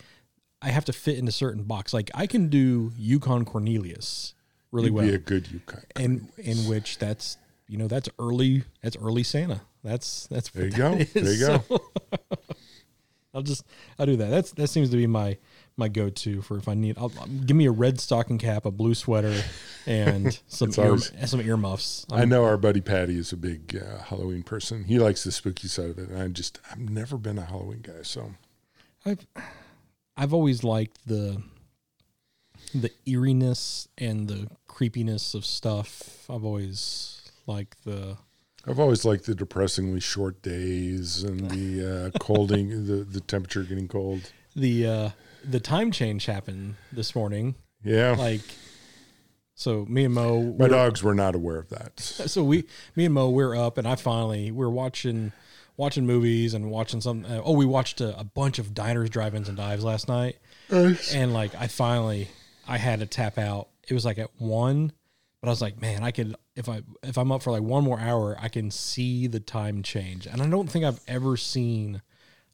A: I have to fit in a certain box. Like I can do Yukon Cornelius really
B: You'd
A: well,
B: be a good Yukon.
A: and in which that's you know that's early that's early Santa. That's that's
B: There you go. There you go.
A: I'll just I'll do that. That's that seems to be my my go to for if I need. I'll, give me a red stocking cap, a blue sweater,
B: [laughs]
A: and some ear,
B: always-
A: and some earmuffs.
B: I know our buddy Patty is a big uh, Halloween person. He likes the spooky side of it, and I just, I've never been a Halloween guy. So
A: I've I've always liked the the eeriness and the creepiness of stuff. I've always liked the
B: I've always liked the depressingly short days
A: [laughs]
B: and the uh, colding, the the temperature getting cold.
A: the uh, the time change happened this morning.
B: Yeah,
A: Like so, me and Mo. we
B: my
A: were-
B: dogs were not aware of that.
A: So we, me and Mo, we're up, and I finally we're watching watching movies and watching some. Uh, oh, we watched a, a bunch of diners, drive-ins, and dives last night. and like I finally I had to tap out. It was like at one, but I was like, man, I could if I if I'm up for like one more hour, I can see the time change. And I don't think I've ever seen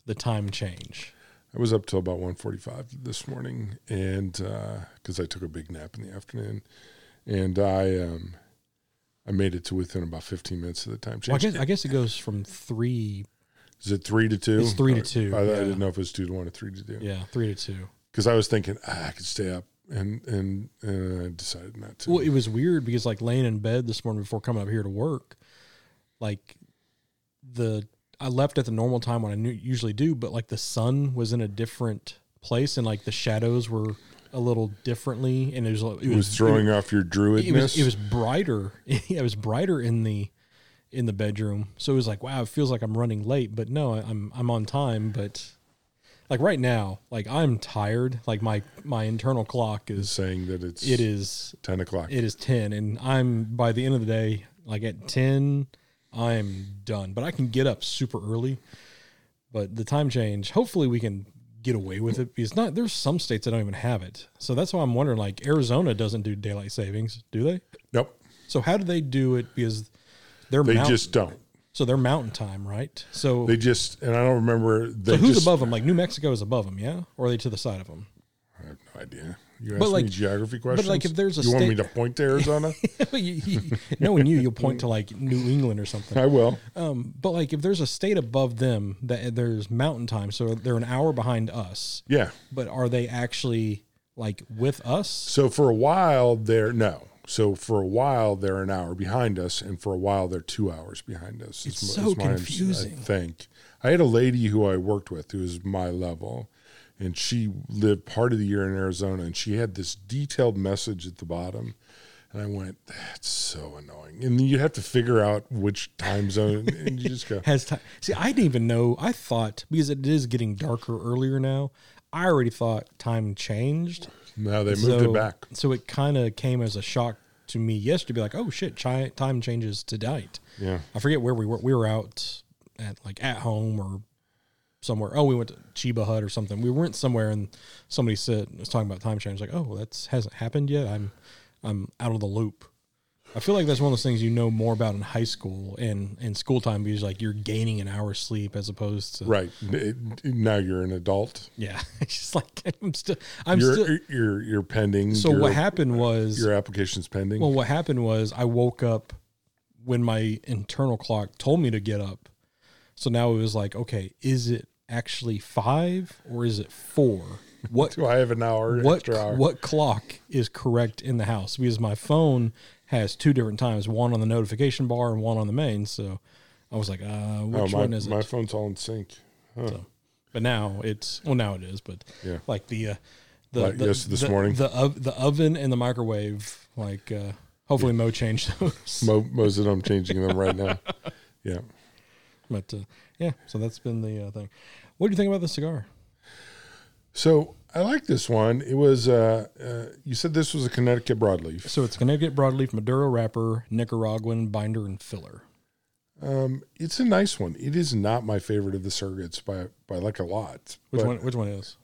A: the time change.
B: I was up till about 1:45 this morning, and because I took a big nap in the afternoon, and I um, I made it to within about 15 minutes of the time
A: Well, I
B: change.
A: guess I guess it goes from three,
B: Is it three to two?
A: It's three to two,
B: I, I
A: yeah.
B: didn't know if it was two to one or three to two.
A: yeah, three to two.
B: Because I was thinking ah, I could stay up, and and and I decided not to.
A: Well, it was weird because like laying in bed this morning before coming up here to work, like the I left at the normal time when I knew, usually do, but like the sun was in a different place and like the shadows were a little differently, and it was like- it
B: it was throwing off your druidness.
A: it was it was brighter. [laughs] Yeah, it was brighter in the in the bedroom. So it was like, wow, it feels like I'm running late, but no, I- I'm I'm on time. But like right now, like I'm tired. Like my my internal clock is
B: saying that it's
A: it is
B: 10 o'clock.
A: it is ten, and I'm by the end of the day, like at ten, I'm done. But I can get up super early. But the time change, hopefully, we can get away with it because not there's some states that don't even have it. So that's why I'm wondering, like Arizona doesn't do daylight savings, do they?
B: nope,
A: So how do they do it? Because they're
B: they
A: mountain,
B: just don't.
A: so they're mountain time, right? So,
B: They just and I don't remember. They
A: so who's
B: just,
A: above them? Like New Mexico is above them, yeah, or are they to the side of [laughs] them?
B: I have no idea. You asked
A: like-
B: me geography
A: like,
B: questions.
A: if there's a
B: you want me
A: state-
B: to point to
A: [laughs]
B: Arizona,
A: knowing you, you'll point to like New England or something.
B: I will.
A: But like if there's a state above them that there's mountain time, so they're an hour behind us.
B: Yeah.
A: But are they actually like with us?
B: So for a while they're no. So for a while they're an hour behind us, and for a while they're two hours behind us.
A: It's
B: is
A: so
B: is my-
A: confusing.
B: I think I had a lady who I worked with who was my level, and she lived part of the year in Arizona, and she had this detailed message at the bottom. And I went, that's so annoying. And you have to figure out which time zone, and you just go, [laughs]
A: Has time? See, I didn't even know. I thought because it is getting darker earlier now. I already thought time changed.
B: no, they moved it back.
A: So it kind of came as a shock to me yesterday. Be like, oh shit, chi- time changes tonight.
B: Yeah.
A: I forget where we were. We were out at like at home or somewhere. Oh, we went to Chiba Hut or something. We went somewhere and somebody said was talking about time change. Like, oh, that's hasn't happened yet. I'm I'm out of the loop. I feel like that's one of those things you know more about in high school and in school time because like you're gaining an hour's sleep as opposed to
B: Right. It- now you're an adult.
A: [laughs] Yeah, it's just like I'm still. I'm
B: You're,
A: still.
B: you're you're pending.
A: So
B: your,
A: what happened was
B: Your application's pending.
A: Well, what happened was I woke up when my internal clock told me to get up. So now it was like, okay, is it actually five or is it four?
B: [laughs]
A: What
B: Do I have an hour?
A: what
B: extra hour?
A: what clock is correct in the house? Because my phone has two different times, one on the notification bar and one on the main. So I was like, uh,
B: Oh,
A: which
B: my,
A: one is
B: my
A: it?
B: phone's all in sync.
A: But now it's well, now it is. But
B: Yeah.
A: like the uh, the,
B: Like
A: the
B: yes, this
A: the-
B: morning?
A: the ov- the oven and the microwave. Like uh, hopefully Mo changed those.
B: Mo, Mo's and I'm changing them
A: [laughs]
B: right now. Yeah.
A: But uh, yeah, so that's been the uh, thing. What do you think about the cigar?
B: So I like this one. It was uh, uh, you said this was a Connecticut broadleaf.
A: So it's Connecticut broadleaf Maduro wrapper, Nicaraguan binder and filler.
B: It's a nice one. It is not my favorite of the surrogates by by like a lot.
A: Which
B: but,
A: one? Which one is?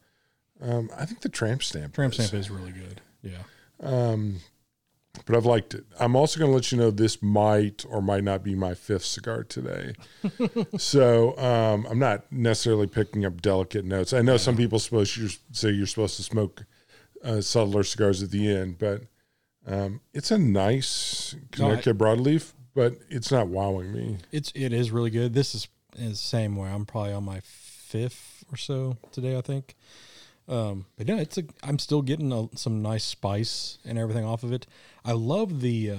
B: Um, I think the tramp stamp.
A: Tramp
B: is.
A: stamp is really good. Yeah.
B: but I've liked it. I'm also going to let you know this might or might not be my fifth cigar today. so um, I'm not necessarily picking up delicate notes. I know some people supposed you say you're supposed to smoke uh, subtler cigars at the end, but um, it's a nice Connecticut broadleaf, but it's not wowing me.
A: It's it is really good. This is is same way. I'm probably on my fifth or so today. I think. Um, but yeah, it's a. I'm still getting a, some nice spice and everything off of it. I love the. Uh,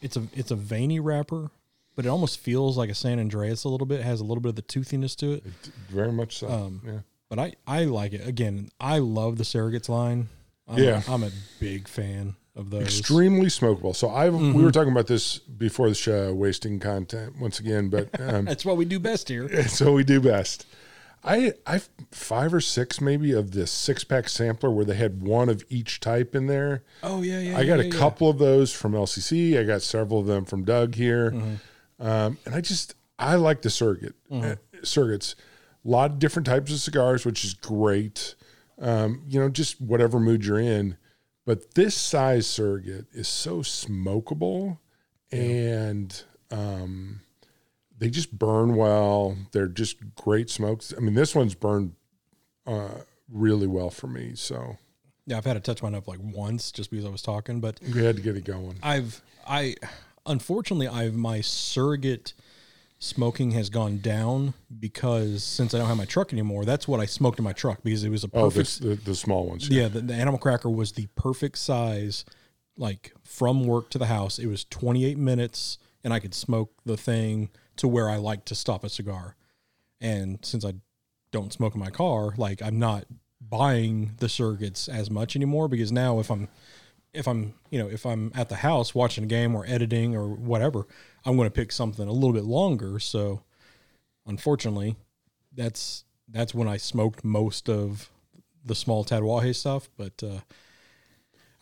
A: it's a it's a veiny wrapper, but it almost feels like a San Andreas a little bit. It has a little bit of the toothiness to it.
B: Very much so. yeah.
A: but I I like it. Again, I love the surrogates line. I'm
B: Yeah.
A: a, I'm a big fan of those.
B: extremely smokable. So I have we were talking about this before the show, wasting content once again, but um,
A: [laughs] That's what we do best
B: [laughs]
A: here.
B: It's what we do best. I I five or six maybe of this six pack sampler where they had one of each type in there.
A: Oh yeah, yeah.
B: I got
A: yeah,
B: a
A: yeah.
B: couple of those from LCC. I got several of them from Doug here,
A: Mm-hmm.
B: um, and I just I like the surrogate uh, surrogates. A lot of different types of cigars, which is great. Um, you know, just whatever mood you're in. But this size surrogate is so smokable, and um, they just burn well. They're just great smokes. I mean, this one's burned uh, really well for me. So
A: Yeah, I've had to touch mine up like once just because I was talking, but
B: we had to get it going.
A: I've I unfortunately I've my surrogate smoking has gone down because since I don't have my truck anymore, that's what I smoked in my truck because it was a
B: Oh,
A: perfect
B: this, the, the small ones.
A: Yeah, the, the animal cracker was the perfect size, like from work to the house. It was 28 minutes, and I could smoke the thing to where I like to stop a cigar. And since I don't smoke in my car, like I'm not buying the surrogates as much anymore because now if I'm if I'm you know if I'm at the house watching a game or editing or whatever, I'm going to pick something a little bit longer. So unfortunately, that's that's when I smoked most of the small Tadwahe stuff, but uh,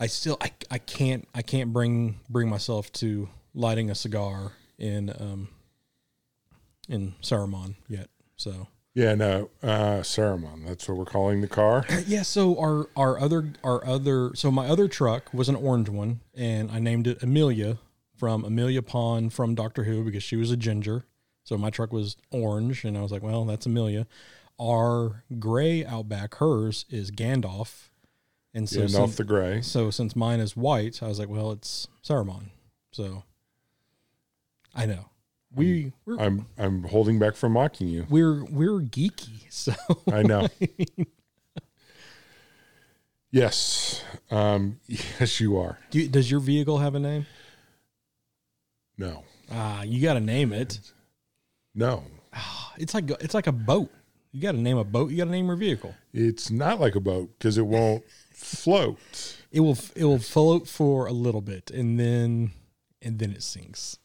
A: I still I, I can't I can't bring bring myself to lighting a cigar in um in Saruman yet. So
B: Yeah, no, uh, Saruman. That's what we're calling the car.
A: yeah, so our our other our other so my other truck was an orange one, and I named it Amelia from Amelia Pond from Doctor Who because she was a ginger. So my truck was orange, and I was like, well, that's Amelia. Our gray Outback, hers is Gandalf, and [laughs] so
B: and
A: some-
B: off the gray.
A: so since mine is white, I was like, well, it's Saruman. So I know we we're
B: I'm I'm holding back from mocking you.
A: we're we're geeky, [laughs] so
B: I
A: [laughs]
B: know. yes, um, yes, you are.
A: Do you- does your vehicle have a name?
B: No,
A: Ah, you got to name it.
B: no,
A: It's like it's like a boat. You got to name a boat. You got to name your vehicle.
B: it's not like a boat because it won't float.
A: It will it will float for a little bit, and then and then it sinks.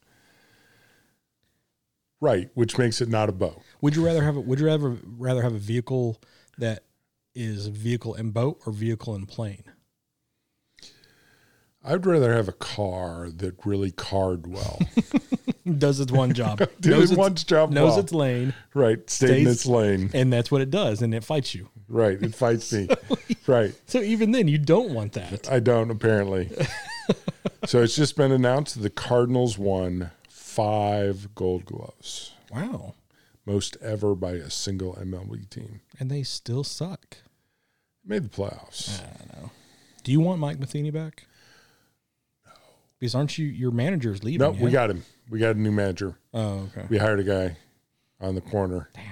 B: Right, which makes it not a boat.
A: Would you rather have a, Would you rather rather have a vehicle that is vehicle and boat or vehicle and plane?
B: I'd rather have a car that really carred
A: [laughs]
B: well.
A: Does its one job.
B: Did
A: knows
B: it one's job
A: Knows
B: well.
A: its lane.
B: right, stayed in
A: Stays- [laughs]
B: its lane.
A: and that's what it does, and it fights you.
B: Right,
A: [laughs]
B: it fights me. Right.
A: So even then, you don't want that. [laughs]
B: I don't apparently. so it's just been announced that the Cardinals won five Gold Gloves,
A: Wow.
B: most ever by a single MLB team.
A: And they still suck.
B: Made the playoffs.
A: Do you want Mike Matheny back? Because aren't you your manager's leaving?
B: no,
A: yeah?
B: we got him. We got a new manager.
A: Oh, okay.
B: We hired a guy on the corner.
A: Damn.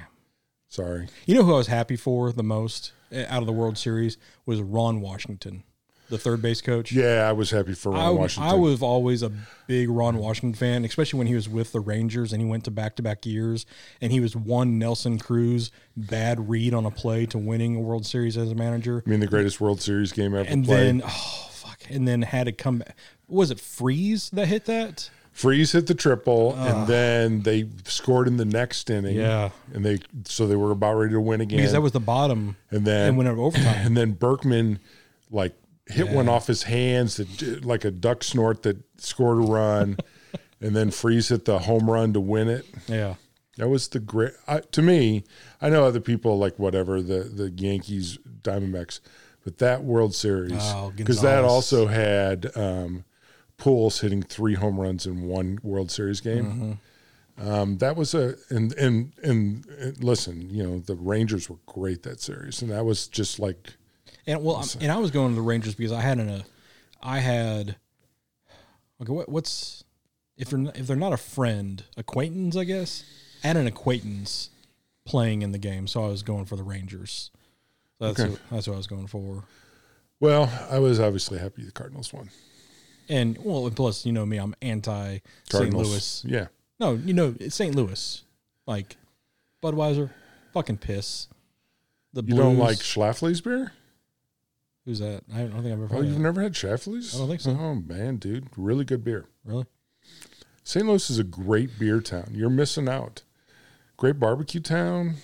B: Sorry.
A: You know who I was happy for the most eh, out of the World Series was Ron Washington, the third base coach.
B: Yeah, I was happy for Ron
A: I,
B: Washington.
A: I was always a big Ron Washington fan, especially when he was with the Rangers and he went to back to back years and he was one Nelson Cruz bad read on a play to winning a World Series as a manager.
B: I mean, the greatest World Series game ever
A: And
B: played.
A: then, oh, fuck. And then had to come back. Was it Freeze that hit that?
B: Freeze hit the triple, and then they scored in the next inning.
A: Yeah.
B: and they so they were about ready to win again.
A: Because that was the bottom.
B: and then
A: and went over
B: [coughs]
A: overtime.
B: [laughs] and then Berkman like hit one off his hands that did- like a duck snort that scored
A: [laughs]
B: a run, and then Freeze hit the home run to win it.
A: yeah.
B: That was the great I, to me. I know other people like whatever the the Yankees, Diamondbacks, but that World Series
A: Oh,
B: because that
A: Gonzalez.
B: also had um, Pools hitting three home runs in one World Series game.
A: Mm-hmm.
B: Um, that was a and, and and and listen, you know the Rangers were great that series, and that was just like
A: And well, I'm- and I was going to the Rangers because I had an, uh, I had, okay, what, what's if they're not, if they're not a friend, acquaintance, I guess. I had an acquaintance playing in the game, so I was going for the Rangers. So that's
B: Okay.
A: what, that's what I was going for.
B: well, I was obviously happy the Cardinals won.
A: And well, and plus you know me, I'm anti St.
B: Cardinals,
A: Louis.
B: yeah.
A: No, you know it's St. Louis, like Budweiser, fucking piss. The
B: You
A: Blues.
B: don't like Schlafly's beer?
A: who's that? I don't think I've ever.
B: Oh,
A: heard of
B: you've
A: that.
B: never had Schlafly's?
A: Uh, I don't think so.
B: Oh man, dude, really good beer.
A: really?
B: St. Louis is a great beer town. You're missing out. Great barbecue town,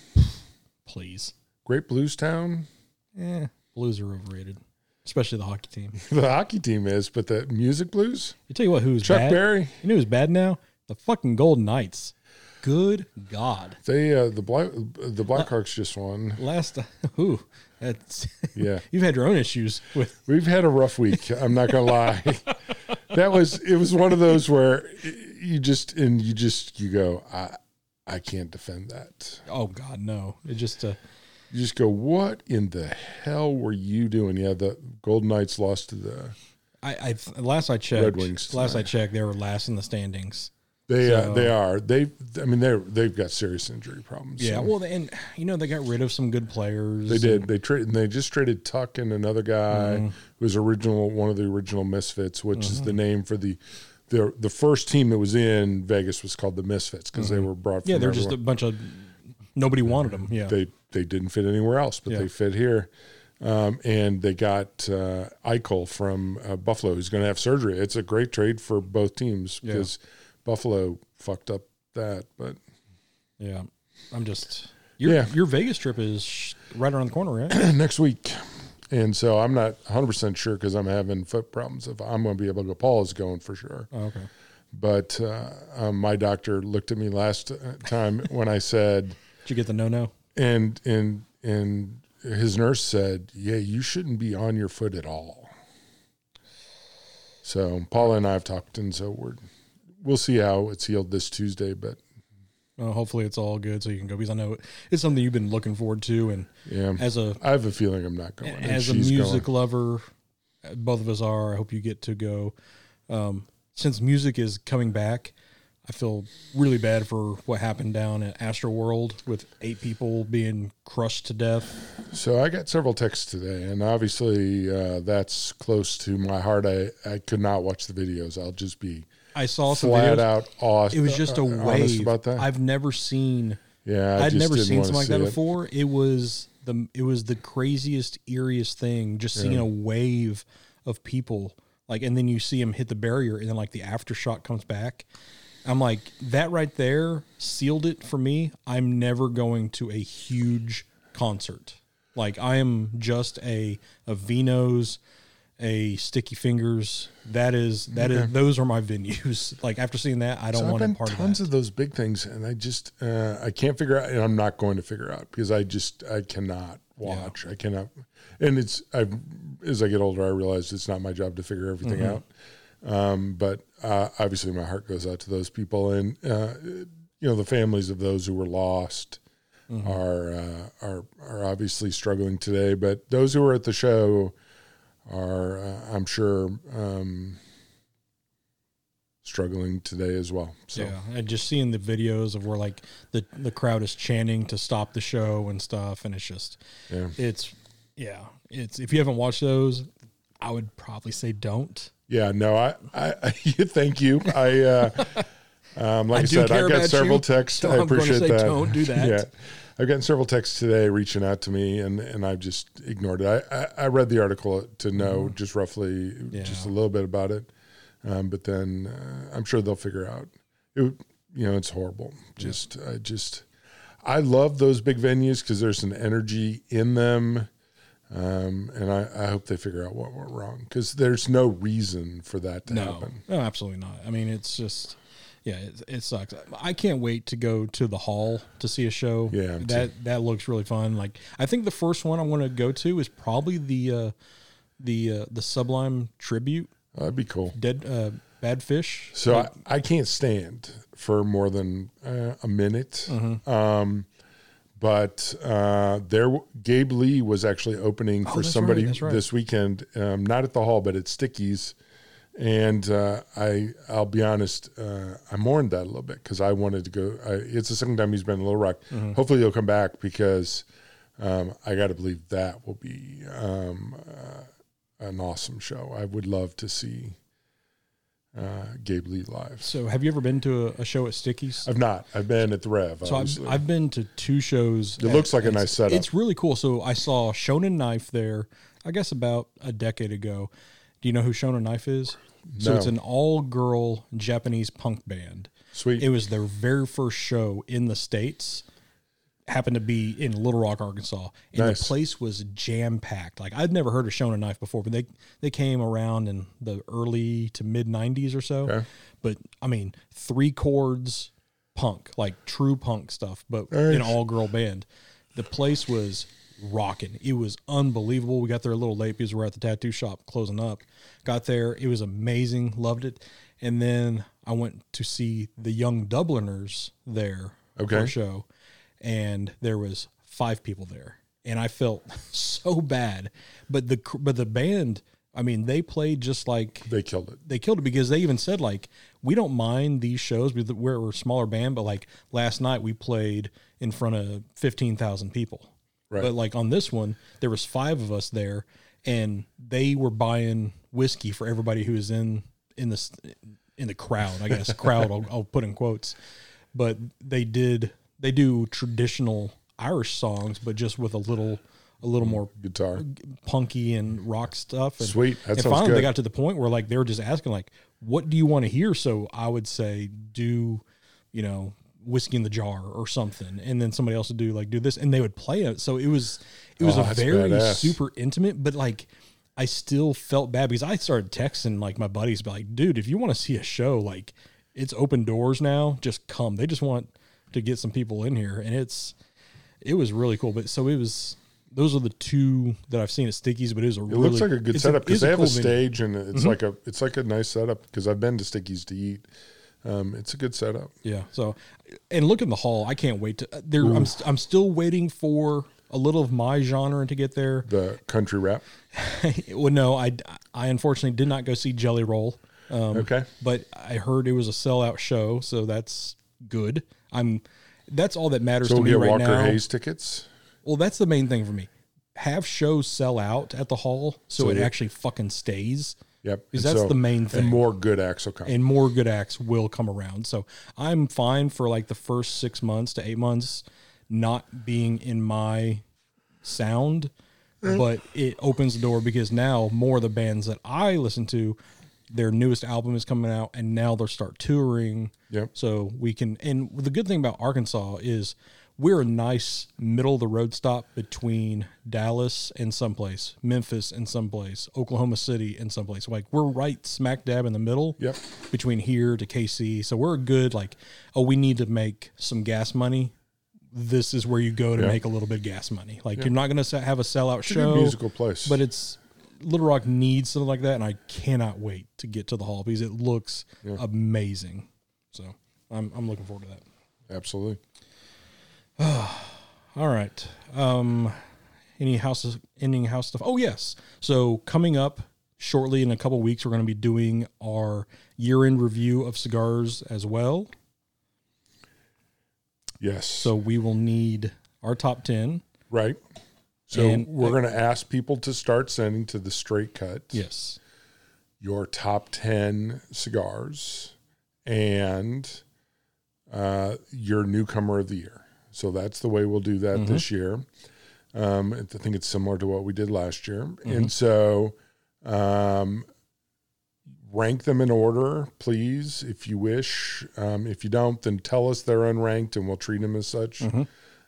A: Please.
B: great blues town. [laughs]
A: Yeah, Blues are overrated, especially the hockey team.
B: The hockey team is, but the music blues,
A: You tell you what, who's
B: Chuck
A: bad?
B: Berry.
A: You know who's bad now? The fucking Golden Knights. Good God!
B: They uh, the black the Blackhawks just won.
A: Last, [laughs] who? That's
B: Yeah,
A: [laughs] you've had your own issues with.
B: we've had a rough week. I'm not gonna lie. [laughs] that was it was one of those where you just and you just you go I I can't defend that.
A: Oh God, no! It just uh,
B: You just go what in the hell were you doing? Yeah, the Golden Knights lost to the
A: I, I last I checked,
B: Red Wings
A: last I
B: tonight.
A: checked, they were last in the standings.
B: They uh, they are they. I mean they they've got serious injury problems.
A: Yeah,
B: So
A: well, and you know they got rid of some good players.
B: they did. They traded. They just traded Tuck and another guy
A: Mm-hmm.
B: who was original one of the original Misfits, which is the name for the. The, the first team that was in Vegas was called the Misfits because they were brought.
A: Mm-hmm.
B: From
A: Yeah, they're just a
B: everywhere.
A: bunch of nobody wanted them. Yeah,
B: they they didn't fit anywhere else, but
A: Yeah.
B: they fit here, um, and they got uh, Eichel from uh, Buffalo, who's going to have surgery. It's a great trade for both teams
A: Yeah.
B: because Buffalo fucked up that, but
A: yeah. I'm just your
B: Yeah.
A: your Vegas trip is sh- right around the corner,
B: [coughs]
A: right?
B: next week. And so I'm not 100% sure because I'm having foot problems. If I'm going to be able to go, Paul is going for sure.
A: Oh, okay.
B: But uh, um, my doctor looked at me last uh, time [laughs] when I said,
A: Did you get the no no?
B: and, and, and his nurse said, yeah, you shouldn't be on your foot at all. So Paula and I have talked, and so we're, we'll see how it's healed this Tuesday. But
A: Well, hopefully it's all good so you can go because I know it's something you've been looking forward to and
B: yeah,
A: as a
B: I have a feeling I'm not going. and
A: as a
B: she's
A: music
B: going.
A: lover, uh, both of us are. I hope you get to go. Um, since music is coming back, I feel really bad for what happened down at Astro World with eight people being crushed to death.
B: So I got several texts today, and obviously uh, that's close to my heart. I, I could not watch the videos. I'll just be
A: I saw some
B: flat
A: videos.
B: out aw-
A: It was just a
B: uh, honest
A: wave.
B: about that.
A: I've never seen.
B: yeah, I
A: I'd
B: just
A: never
B: didn't
A: seen
B: wanna
A: something like
B: see
A: that
B: it.
A: before. It was the it was the craziest, eeriest thing. Just seeing a wave of people, like, and then you see them hit the barrier, and then like the aftershock comes back. I'm like that right there sealed it for me. I'm never going to a huge concert. Like I am just a a Vino's, a Sticky Fingers. That is that is those are my venues. [laughs] Like after seeing that, I don't
B: So I've
A: want a
B: been
A: part of
B: tons
A: that.
B: of, those big things, and I just uh, I can't figure out, and I'm not going to figure out because I just I cannot watch. I cannot, and it's I as I get older, I realize it's not my job to figure everything out.
A: Mm-hmm.
B: Um, but uh, obviously, my heart goes out to those people, and uh, you know the families of those who were lost are uh,
A: Mm-hmm.
B: are are obviously struggling today. But those who were at the show are, uh, I'm sure, um, struggling today as well. So.
A: Yeah, and just seeing the videos of where like the the crowd is chanting to stop the show and stuff, and it's just,
B: Yeah.
A: it's, yeah, it's. If you haven't watched those, I would probably say don't.
B: Yeah, no, I, I, [laughs] I thank you. I, uh, um, like
A: I
B: I,
A: do
B: said,
A: care
B: I've got
A: about
B: several
A: you,
B: texts.
A: so
B: I
A: I'm gonna
B: appreciate
A: say
B: that.
A: don't do that.
B: [laughs] yeah, I've gotten several texts today reaching out to me, and and I've just ignored it. I, I, I read the article to know just roughly, just a
A: Mm-hmm. Yeah.
B: little bit about it, um, but then uh, I'm sure they'll figure out. It, would- you know, it's horrible. Just, I just, I love those big venues because there's an energy in them. Um, and I, I hope they figure out what went wrong because there's no reason for that to
A: No,
B: happen.
A: no, absolutely not. I mean, it's just, yeah, it, it sucks. I can't wait to go to the hall to see a show.
B: Yeah, me
A: that that looks really fun. Like, I think the first one I want to go to is probably the uh, the uh, the Sublime tribute,
B: Oh, That'd be cool.
A: Dead uh, Bad Fish.
B: So I, I can't stand for more than uh, a minute.
A: Mm-hmm.
B: Um, but uh, there, Gabe Lee was actually opening for
A: Oh, that's
B: somebody
A: right, that's right.
B: this weekend, um, not at the hall, but at Sticky's. And uh, I, I'll be honest, uh, I mourned that a little bit because I wanted to go. I, it's the second time he's been in Little Rock.
A: Mm-hmm.
B: Hopefully, he'll come back because um, I got to believe that will be um, uh, an awesome show. I would love to see uh, Gabe Lee live.
A: So, have you ever been to a, a show at Stickies?
B: I've not. I've been at the Rev.
A: So I've,
B: obviously.
A: I've been to two shows.
B: It looks like a
A: it's-
B: nice setup.
A: It's really cool. So I saw Shonen Knife there, I guess about a decade ago. Do you know who Shonen Knife is? So
B: No.
A: it's an all-girl Japanese punk band.
B: Sweet.
A: It was their very first show in the states. Happened to be in Little Rock, Arkansas, and
B: Nice.
A: the place was jam packed. Like I'd never heard of Shonen Knife before, but they they came around in the early to mid '90s or so.
B: Okay.
A: But I mean, three chords punk, like true punk stuff, but
B: Nice.
A: an all girl band. The place was rocking. It was unbelievable. We got there a little late because we were at the tattoo shop closing up. Got there, it was amazing, loved it. And then I went to see the Young Dubliners there for
B: Okay.
A: a show, and there was five people there, and I felt [laughs] so bad. But the cr- but the band, I mean, they played just like
B: they killed it.
A: they killed it because they even said like we don't mind these shows with we're, we're a smaller band but like last night we played in front of 15,000 people
B: Right.
A: but like on this one there was five of us there and they were buying whiskey for everybody who was in in the s- in the crowd i guess crowd I'll, I'll put in quotes but they did they do traditional irish songs but just with a little a little more
B: Guitar.
A: punky and rock stuff. And,
B: Sweet. That
A: and
B: sounds
A: finally,
B: good.
A: they got to the point where like they were just asking like, "What do you want to hear?" So I would say, "Do you know whiskey in the jar or something?" And then somebody else would do like, "Do this," and they would play it. So it was it was
B: Oh,
A: a
B: that's
A: very
B: badass.
A: super intimate, but like. I still felt bad because I started texting like my buddies, be like, dude, if you want to see a show, like it's open doors now, just come. They just want to get some people in here, and it's it was really cool. But so it was. Those are the two that I've seen at Stickies, but it was a
B: It
A: really
B: looks like a good
A: it's
B: setup because
A: it's a
B: they have
A: cool
B: a
A: venue. Mm-hmm.
B: stage and it's like a it's like a nice setup because I've been to Stickies to eat. Um, it's a good setup.
A: Yeah. So, and look in the hall. I can't wait to. uh, There, I'm st- I'm still waiting for a little of my genre to get there. [laughs]
B: The country rap.
A: well, no, I I unfortunately did not go see Jelly Roll, uh, Um,
B: okay.
A: but I heard it was a sellout show, so that's good. I'm. That's all that matters
B: So
A: to
B: we'll
A: me
B: get
A: right
B: Walker
A: now.
B: Hayes tickets.
A: Well, that's the main thing for me. Have shows sell out at the hall so,
B: So
A: it
B: they-
A: actually fucking stays.
B: Yep.
A: Because
B: And
A: that's
B: so-
A: the main thing.
B: And more good acts will come.
A: and more good acts will come around. So I'm fine for like the first six months to eight months not being in my sound, but it opens the door because now more of the bands that I listen to, their newest album is coming out and now they'll start touring.
B: Yep.
A: So we can, and the good thing about Arkansas is we're a nice middle of the road stop between Dallas and someplace, Memphis and someplace, Oklahoma City and someplace. Like we're right smack dab in the middle
B: Yep.
A: between here to KC. So we're a good, like, oh, we need to make some gas money. This is where you go to
B: Yeah.
A: make a little bit of gas money. Like you're not going to have a sellout
B: Good
A: show,
B: musical place.
A: but it's Little Rock needs something like that, and I cannot wait to get to the hall because it looks amazing. So I'm I'm looking forward to that.
B: Absolutely.
A: All right. Um, any house ending house stuff? Oh yes. So coming up shortly in a couple weeks, we're going to be doing our year end review of cigars as well.
B: Yes.
A: So we will need our top ten.
B: right. So
A: And-
B: we're going to ask people to start sending to the straight cut
A: Yes.
B: your top 10 cigars and uh, your newcomer of the year. So that's the way we'll do that this year. Um, I think it's similar to what we did last year. And so um, rank them in order, please, if you wish. Um, if you don't, then tell us they're unranked and we'll treat them as such.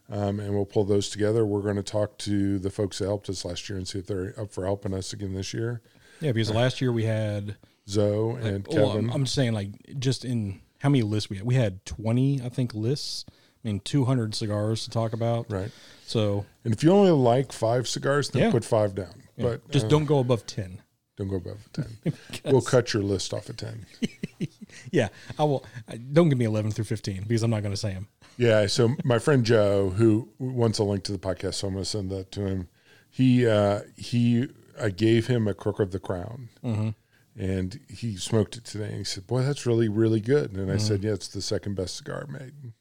B: Um, and we'll pull those together. We're going to talk to the folks that helped us last year and see if they're up for helping us again this year.
A: Yeah, because last year we had.
B: Zoe Uh, and
A: Well, oh, I'm,
B: Kevin.
A: I'm saying like just in how many lists we had. We had 20, I think, lists. I mean, 200 cigars to talk about.
B: right.
A: So
B: And if you only like five cigars, then
A: Yeah.
B: put five down. But
A: just
B: uh,
A: don't go above 10.
B: don't go above
A: [laughs]
B: a 10. we'll cut your list off at 10.
A: Yeah, I will. I- Don't give me 11 through 15 because I'm not going to say them.
B: Yeah. So my friend Joe, who wants a link to the podcast, so I'm going to send that to him. He, uh, he, I gave him a crook of the crown and he smoked it today. And he said, Boy, that's really, really good. And I said, Yeah, it's the second best cigar made.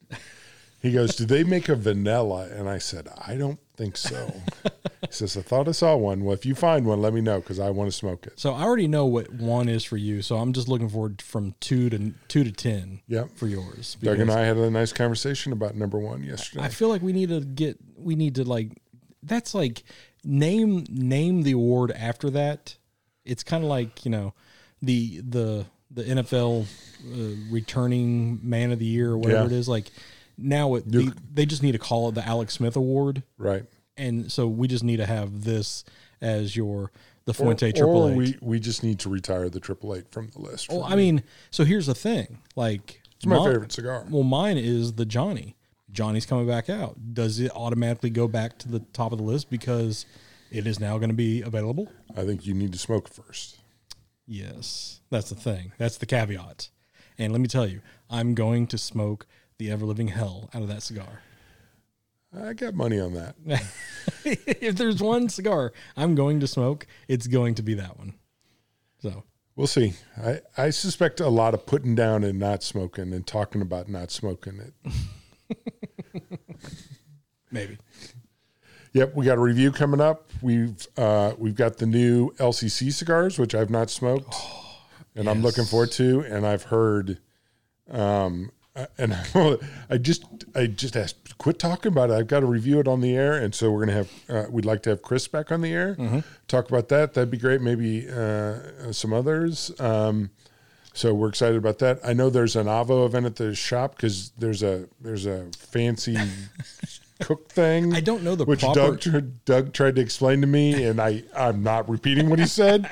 B: He goes, Do they make a vanilla? And I said, I don't think so. he says, I thought I saw one. Well, if you find one, let me know because I want to smoke it.
A: So I already know what one is for you. So I'm just looking forward from two to two to 10
B: Yep.
A: for yours.
B: Doug and
A: because
B: I had a nice conversation about number one yesterday.
A: I feel like we need to get, we need to like, that's like name, name the award after that. It's kind of like, you know, the, the, the NFL uh, returning man of the year or whatever
B: Yeah.
A: it is. Like now it, they, they just need to call it the Alex Smith award.
B: right.
A: and so we just need to have this as your the Fuente
B: or
A: Triple Eight.
B: we, we just need to retire the triple eight from the list.
A: Well, I mean, so here's the thing: like, it's
B: my favorite cigar.
A: Well, mine is the Johnny. Johnny's coming back out. Does it automatically go back to the top of the list because it is now going to be available?
B: I think you need to smoke first.
A: Yes, that's the thing. That's the caveat. And let me tell you, I'm going to smoke the ever living hell out of that cigar. [laughs]
B: I got money on that.
A: if there's one cigar I'm going to smoke, it's going to be that one. So
B: We'll see. I, I suspect a lot of putting down and not smoking and talking about not smoking it.
A: [laughs] maybe.
B: yep, we got a review coming up. We've uh, we've got the new LCC cigars, which I've not smoked, and I'm looking forward to. And I've heard, um, I- and [laughs] I just I just asked, quit talking about it. I've got to review it on the air, and so we're gonna have uh, we'd like to have Chris back on the air,
A: Mm-hmm.
B: talk about that. That'd be great. Maybe uh, some others. Um, so we're excited about that. I know there's an Avo event at the shop because there's a there's a
A: [laughs]
B: fancy cook thing.
A: I don't know the
B: which
A: proper-
B: Doug tr- Doug tried to explain to me, and I I'm not repeating what
A: [laughs]
B: he said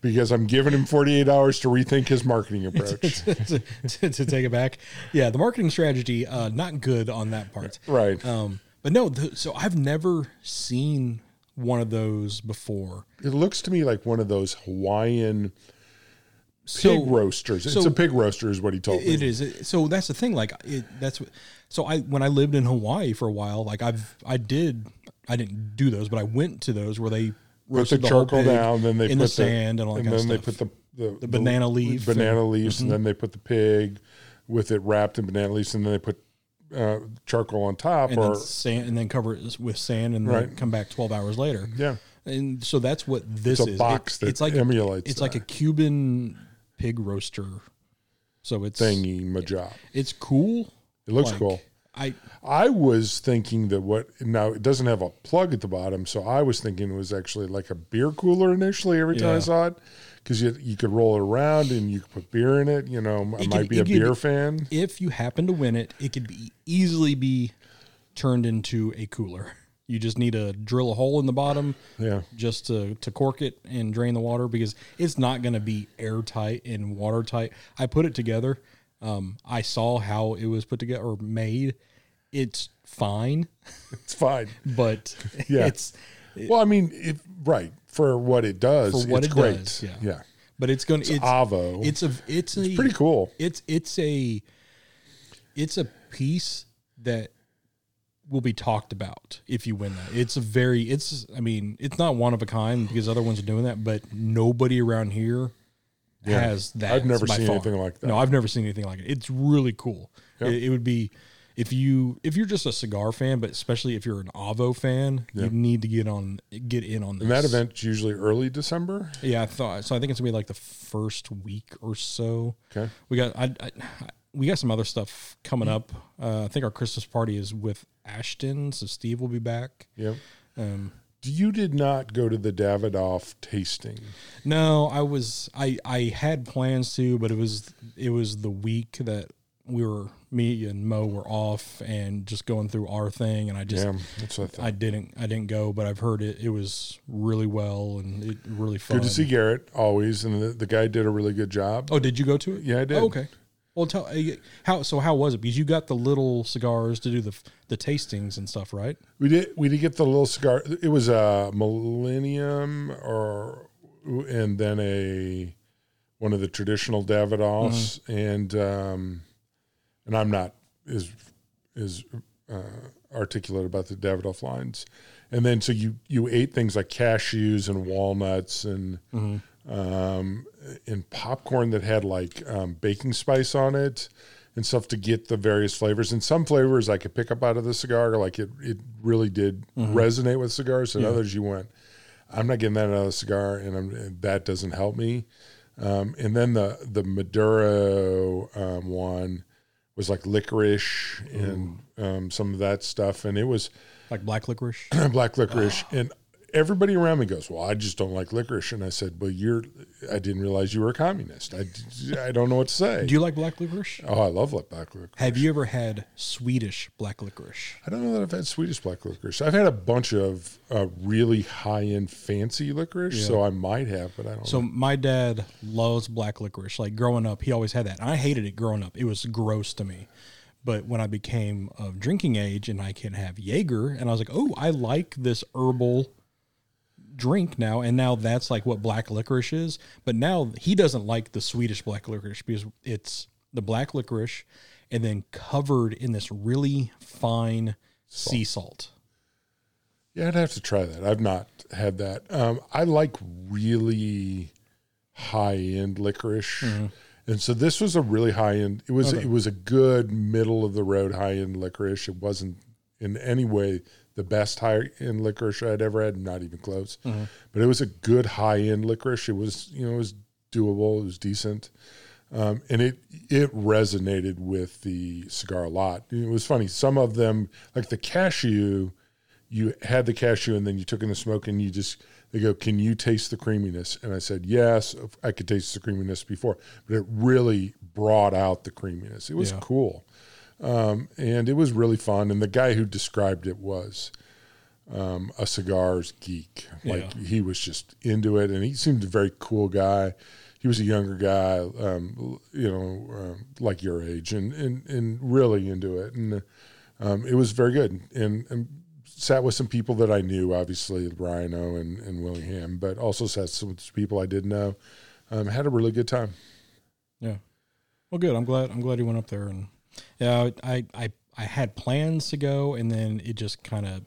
B: because I'm giving him 48 hours to rethink his marketing
A: [laughs]
B: approach.
A: to, to, to take it back. Yeah, the marketing strategy, uh, not good on that part.
B: right.
A: Um, but no, the, so I've never seen one of those before.
B: it looks to me like one of those Hawaiian
A: So
B: pig roasters.
A: so-
B: it's a pig roaster, is what he told me.
A: it is. It- So that's the thing. Like it, that's what- so I when I lived in Hawaii for a while, like I've I did I didn't do those, but I went to those where they
B: Put the,
A: roasted whole
B: charcoal
A: pig
B: down, then they
A: in
B: put
A: the sand and all that kind
B: then
A: of stuff.
B: they put the the, the
A: banana Mm-hmm. leaf
B: banana leaves, and then they put the pig with it wrapped in banana leaves, and then they put uh, charcoal on top,
A: and
B: or
A: then sand and then cover it with sand and then
B: Right.
A: come back 12 hours later.
B: Yeah.
A: And so that's what this
B: It's a
A: is.
B: box that emulates
A: it's like a
B: that.
A: Cuban pig roaster. So it's
B: thingy majab.
A: it's cool.
B: It looks
A: Like,
B: cool.
A: I
B: I was thinking that what now it doesn't have a plug at the bottom, so I was thinking it was actually like a beer cooler initially. Every time
A: Yeah.
B: I saw it, because you you could roll it around and you could put beer in it. You know, I
A: It
B: might
A: could-
B: be
A: it
B: a
A: could-
B: beer fan.
A: if you happen to win it, it could be easily be turned into a cooler. You just need to drill a hole in the bottom
B: Yeah.
A: just to, to cork it and drain the water because it's not going to be airtight and watertight. I put it together. Um, I saw how it was put together or made. It's fine,
B: It's fine.
A: but
B: [laughs] Yeah.
A: it's
B: Well, I mean, it, right for what it does,
A: For what
B: it's
A: it
B: great.
A: does,
B: yeah.
A: yeah. But it's going to it's
B: Avo.
A: It's a it's, a,
B: pretty cool.
A: It's it's a it's a piece that will be talked about if you win that. It's a very it's I mean, it's not one of a kind because other ones are doing that, but nobody around here has that.
B: I've never
A: by
B: seen
A: far.
B: anything like that.
A: No, I've never seen anything like it. It's really cool. It, it would be if you if you're just a cigar fan, but especially if you're an Avo fan, you need to get on get in on this.
B: And that event's usually early December.
A: Yeah, I thought so. I think it's gonna be like the first week or so.
B: Okay.
A: we got I, I we got some other stuff coming up. Uh, I think our Christmas party is with Ashton, so Steve will be back.
B: Yep.
A: Um,
B: you did not go to the Davidoff tasting.
A: No, I was I I had plans to, but it was it was the week that we were me and Mo were off and just going through our thing, and I just.
B: Yeah, that's what I thought.
A: I didn't. I didn't go, but I've heard it. It was really well and it really fun.
B: Good to see Garrett always, and the, the guy did a really good job.
A: Oh, did you go to it?
B: Yeah, I did.
A: Oh, okay. Well, tell uh, y- how. So how was it? Because you got the little cigars to do the f- the tastings and stuff, right?
B: We did. We did get the little cigar. It was a Millennium, or and then a one of the traditional Davidoffs, and um, and I'm not as as uh, articulate about the Davidoff lines. And then so you you ate things like cashews and walnuts and um, and popcorn that had like um, baking spice on it and stuff to get the various flavors. And some flavors I could pick up out of the cigar, like it it really did resonate with cigars. And others you went, I'm not getting that out of the cigar, and, I'm, and that doesn't help me. Um, and then the the Maduro um, one was like licorice and um, some of that stuff, and it was
A: Like black [clears throat] licorice.
B: black licorice. And everybody around me goes, "Well, I just don't like licorice." And I said, "Well, you're. I didn't realize you were a communist. I, I don't know what to say.
A: do you like black licorice?
B: oh, I love black licorice.
A: Have you ever had Swedish black licorice?
B: I don't know that I've had Swedish black licorice. I've had a bunch of uh, really high end fancy licorice, so I might have, but I don't.
A: So
B: know.
A: my dad loves black licorice. Like growing up, he always had that. And I hated it growing up. It was gross to me. But when I became of drinking age and I can have Jaeger, and I was like, oh, I like this herbal drink now. And now that's like what black licorice is. But now he doesn't like the Swedish black licorice because it's the black licorice and then covered in this really fine sea salt.
B: Yeah, I'd have to try that. I've not had that. Um, I like really high end licorice, and so this was a really high end. It was it was a good middle of the road high end licorice. It wasn't in any way the best high end licorice I'd ever had, not even close. But it was a good high end licorice. It was you know it was doable. It was decent. Um, and it it resonated with the cigar a lot. It was funny. Some of them, like the cashew, you had the cashew and then you took in the smoke and you just they go can you taste the creaminess and i said yes i could taste the creaminess before but it really brought out the creaminess it was
A: Yeah.
B: cool um, and it was really fun and the guy who described it was um, a cigars geek like he was just into it and he seemed a very cool guy he was a younger guy um, you know um, like your age and, and, and really into it and um, it was very good and, and sat with some people that I knew, obviously Rhino and, and Willingham, but also sat some with some people I did know. Um, had a really good time.
A: Yeah. Well, good. I'm glad. I'm glad you went up there. And yeah, I I I had plans to go, and then it just kind of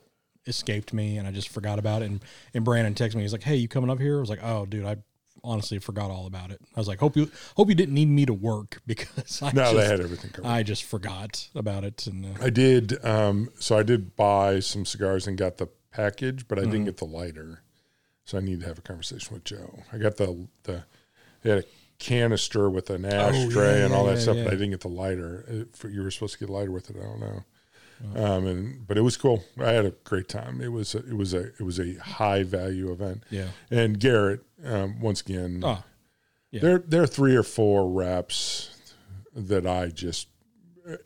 A: escaped me, and I just forgot about it. And and Brandon texted me. He's like, "Hey, you coming up here?" I was like, "Oh, dude, I." Honestly, forgot all about it. I was like, "Hope you, hope you didn't need me to work [laughs] because I
B: No,
A: just,
B: they had everything covered.
A: I just forgot about it." And uh,
B: I did. Um, so I did buy some cigars and got the package, but I
A: Mm-hmm.
B: didn't get the lighter. So I need to have a conversation with Joe. I got the the they had a canister with an ashtray and all that
A: Oh, yeah,
B: stuff,
A: yeah.
B: but I didn't get the lighter. It- for- you were supposed to get a lighter with it. I don't know. Um, and but it was cool. I had a great time. It was a, it was a it was a high value event.
A: Yeah.
B: And Garrett, um, once again,
A: oh,
B: there, there are three or four reps that I just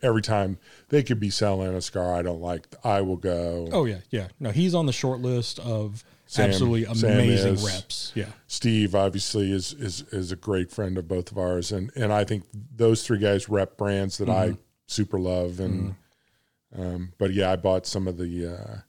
B: every time they could be selling a cigar I don't like. I will go.
A: oh yeah, yeah. No, he's on the short list of
B: Sam-
A: absolutely
B: Sam
A: amazing
B: is.
A: reps. Yeah,
B: Steve obviously is is is a great friend of both of ours, and and I think those three guys rep brands that
A: Mm-hmm.
B: I super love, and um, but yeah, I bought some of the. Uh,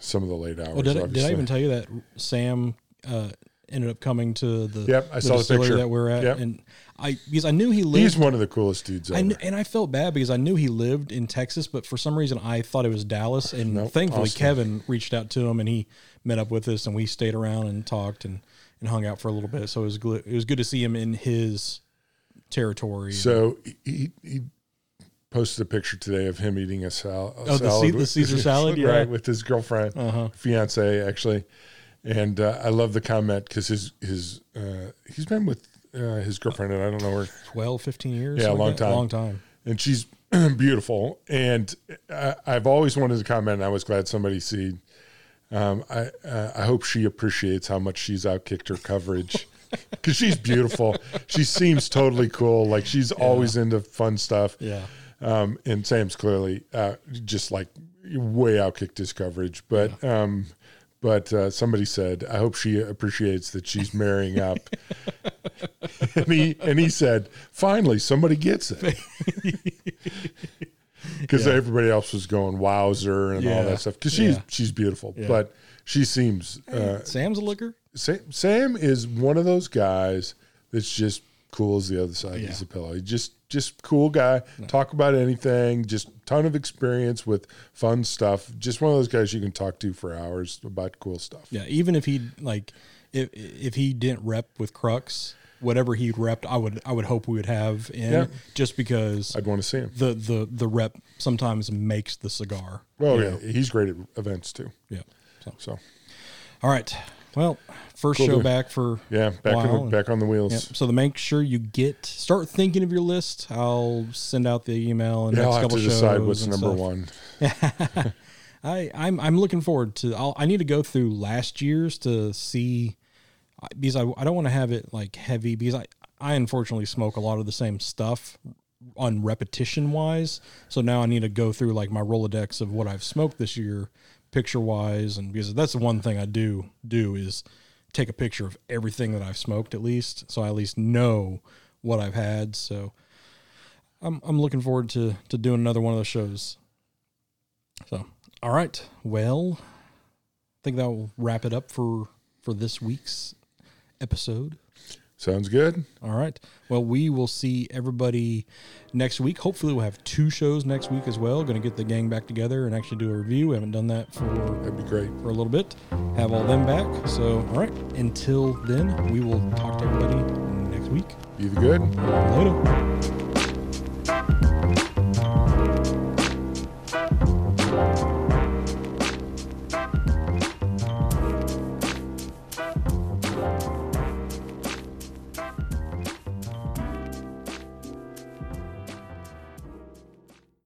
B: some of the late hours.
A: Well, Oh, did, I, did
B: obviously.
A: I even tell you that Sam uh, ended up coming to the,
B: Yep, I
A: the
B: saw the
A: distillery
B: picture.
A: that we're at,
B: Yep.
A: and I because I knew he lived.
B: He's one of the coolest dudes ever.
A: I kn- and I felt bad because I knew he lived in Texas, but for some reason I thought it was Dallas. And
B: Nope,
A: thankfully,
B: Austin.
A: Kevin reached out to him and he met up with us, and we stayed around and talked and, and hung out for a little bit. So it was gl- it was good to see him in his territory.
B: So he- he, he posted a picture today of him eating a, sal- a
A: Oh, the
B: salad.
A: Ce- the Caesar salad, yeah.
B: [laughs]
A: Uh-huh.
B: right, with his girlfriend, fiance actually. And uh, I love the comment because his his uh, he's been with uh, his girlfriend, and I don't know her.
A: 12, 15 years,
B: Yeah, a
A: something
B: long
A: like that.
B: time.
A: long time.
B: and she's [clears throat] beautiful. And I, I've always wanted to comment, and I was glad somebody see. Um, I uh, I hope she appreciates how much she's outkicked her coverage [laughs] because she's beautiful. she seems totally cool. Like she's always into fun stuff.
A: Yeah.
B: Um, and Sam's clearly uh, just like way outkicked his coverage, but um, but uh, somebody said, I hope she appreciates that she's marrying up. [laughs] and he and he said, finally, somebody
A: [laughs]
B: gets it. Because everybody else was going wowzer and all
A: Yeah.
B: that stuff. Because she's
A: Yeah.
B: she's beautiful, but she seems uh,
A: Sam's a looker.
B: Sam, Sam is one of those guys that's just cool as the other side is the pillow. He just just cool guy. Talk about anything. Just ton of experience with fun stuff. Just one of those guys you can talk to for hours about cool stuff.
A: Yeah, even if he like if if he didn't rep with Crux, whatever he repped, I would I would hope we would have in
B: Yeah.
A: just because
B: I'd want to see him.
A: the the the rep sometimes makes the cigar.
B: Well, yeah. he's great at events too.
A: Yeah. So
B: So
A: all right. Well, first show
B: dude.
A: back for
B: yeah,
A: a
B: back
A: while,
B: on
A: and-
B: the, back on the wheels.
A: Yep. So to make sure you get start thinking of your list, I'll send out the email and
B: Yeah,
A: next
B: I'll have
A: couple
B: to decide
A: shows
B: what's
A: and
B: number
A: stuff.
B: one.
A: I, I'm I'm looking forward to. I'll, I need to go through last year's to see because I, I don't want to have it like heavy because I I unfortunately smoke a lot of the same stuff on repetition wise. So now I need to go through like my Rolodex of what I've smoked this year, picture wise, and because that's the one thing I do do is take a picture of everything that I've smoked at least, so I at least know what I've had. So I'm I'm looking forward to to doing another one of those shows. So, all right. Well, I think that will wrap it up for for this week's episode.
B: Sounds good.
A: All right. Well, we will see everybody next week. Hopefully, we'll have two shows next week as well. Going to get the gang back together and actually do a review. We haven't done that for
B: That'd be great.
A: for a little bit. Have all them back. So, all right. Until then, we will talk to everybody next week.
B: Be the good.
A: Later.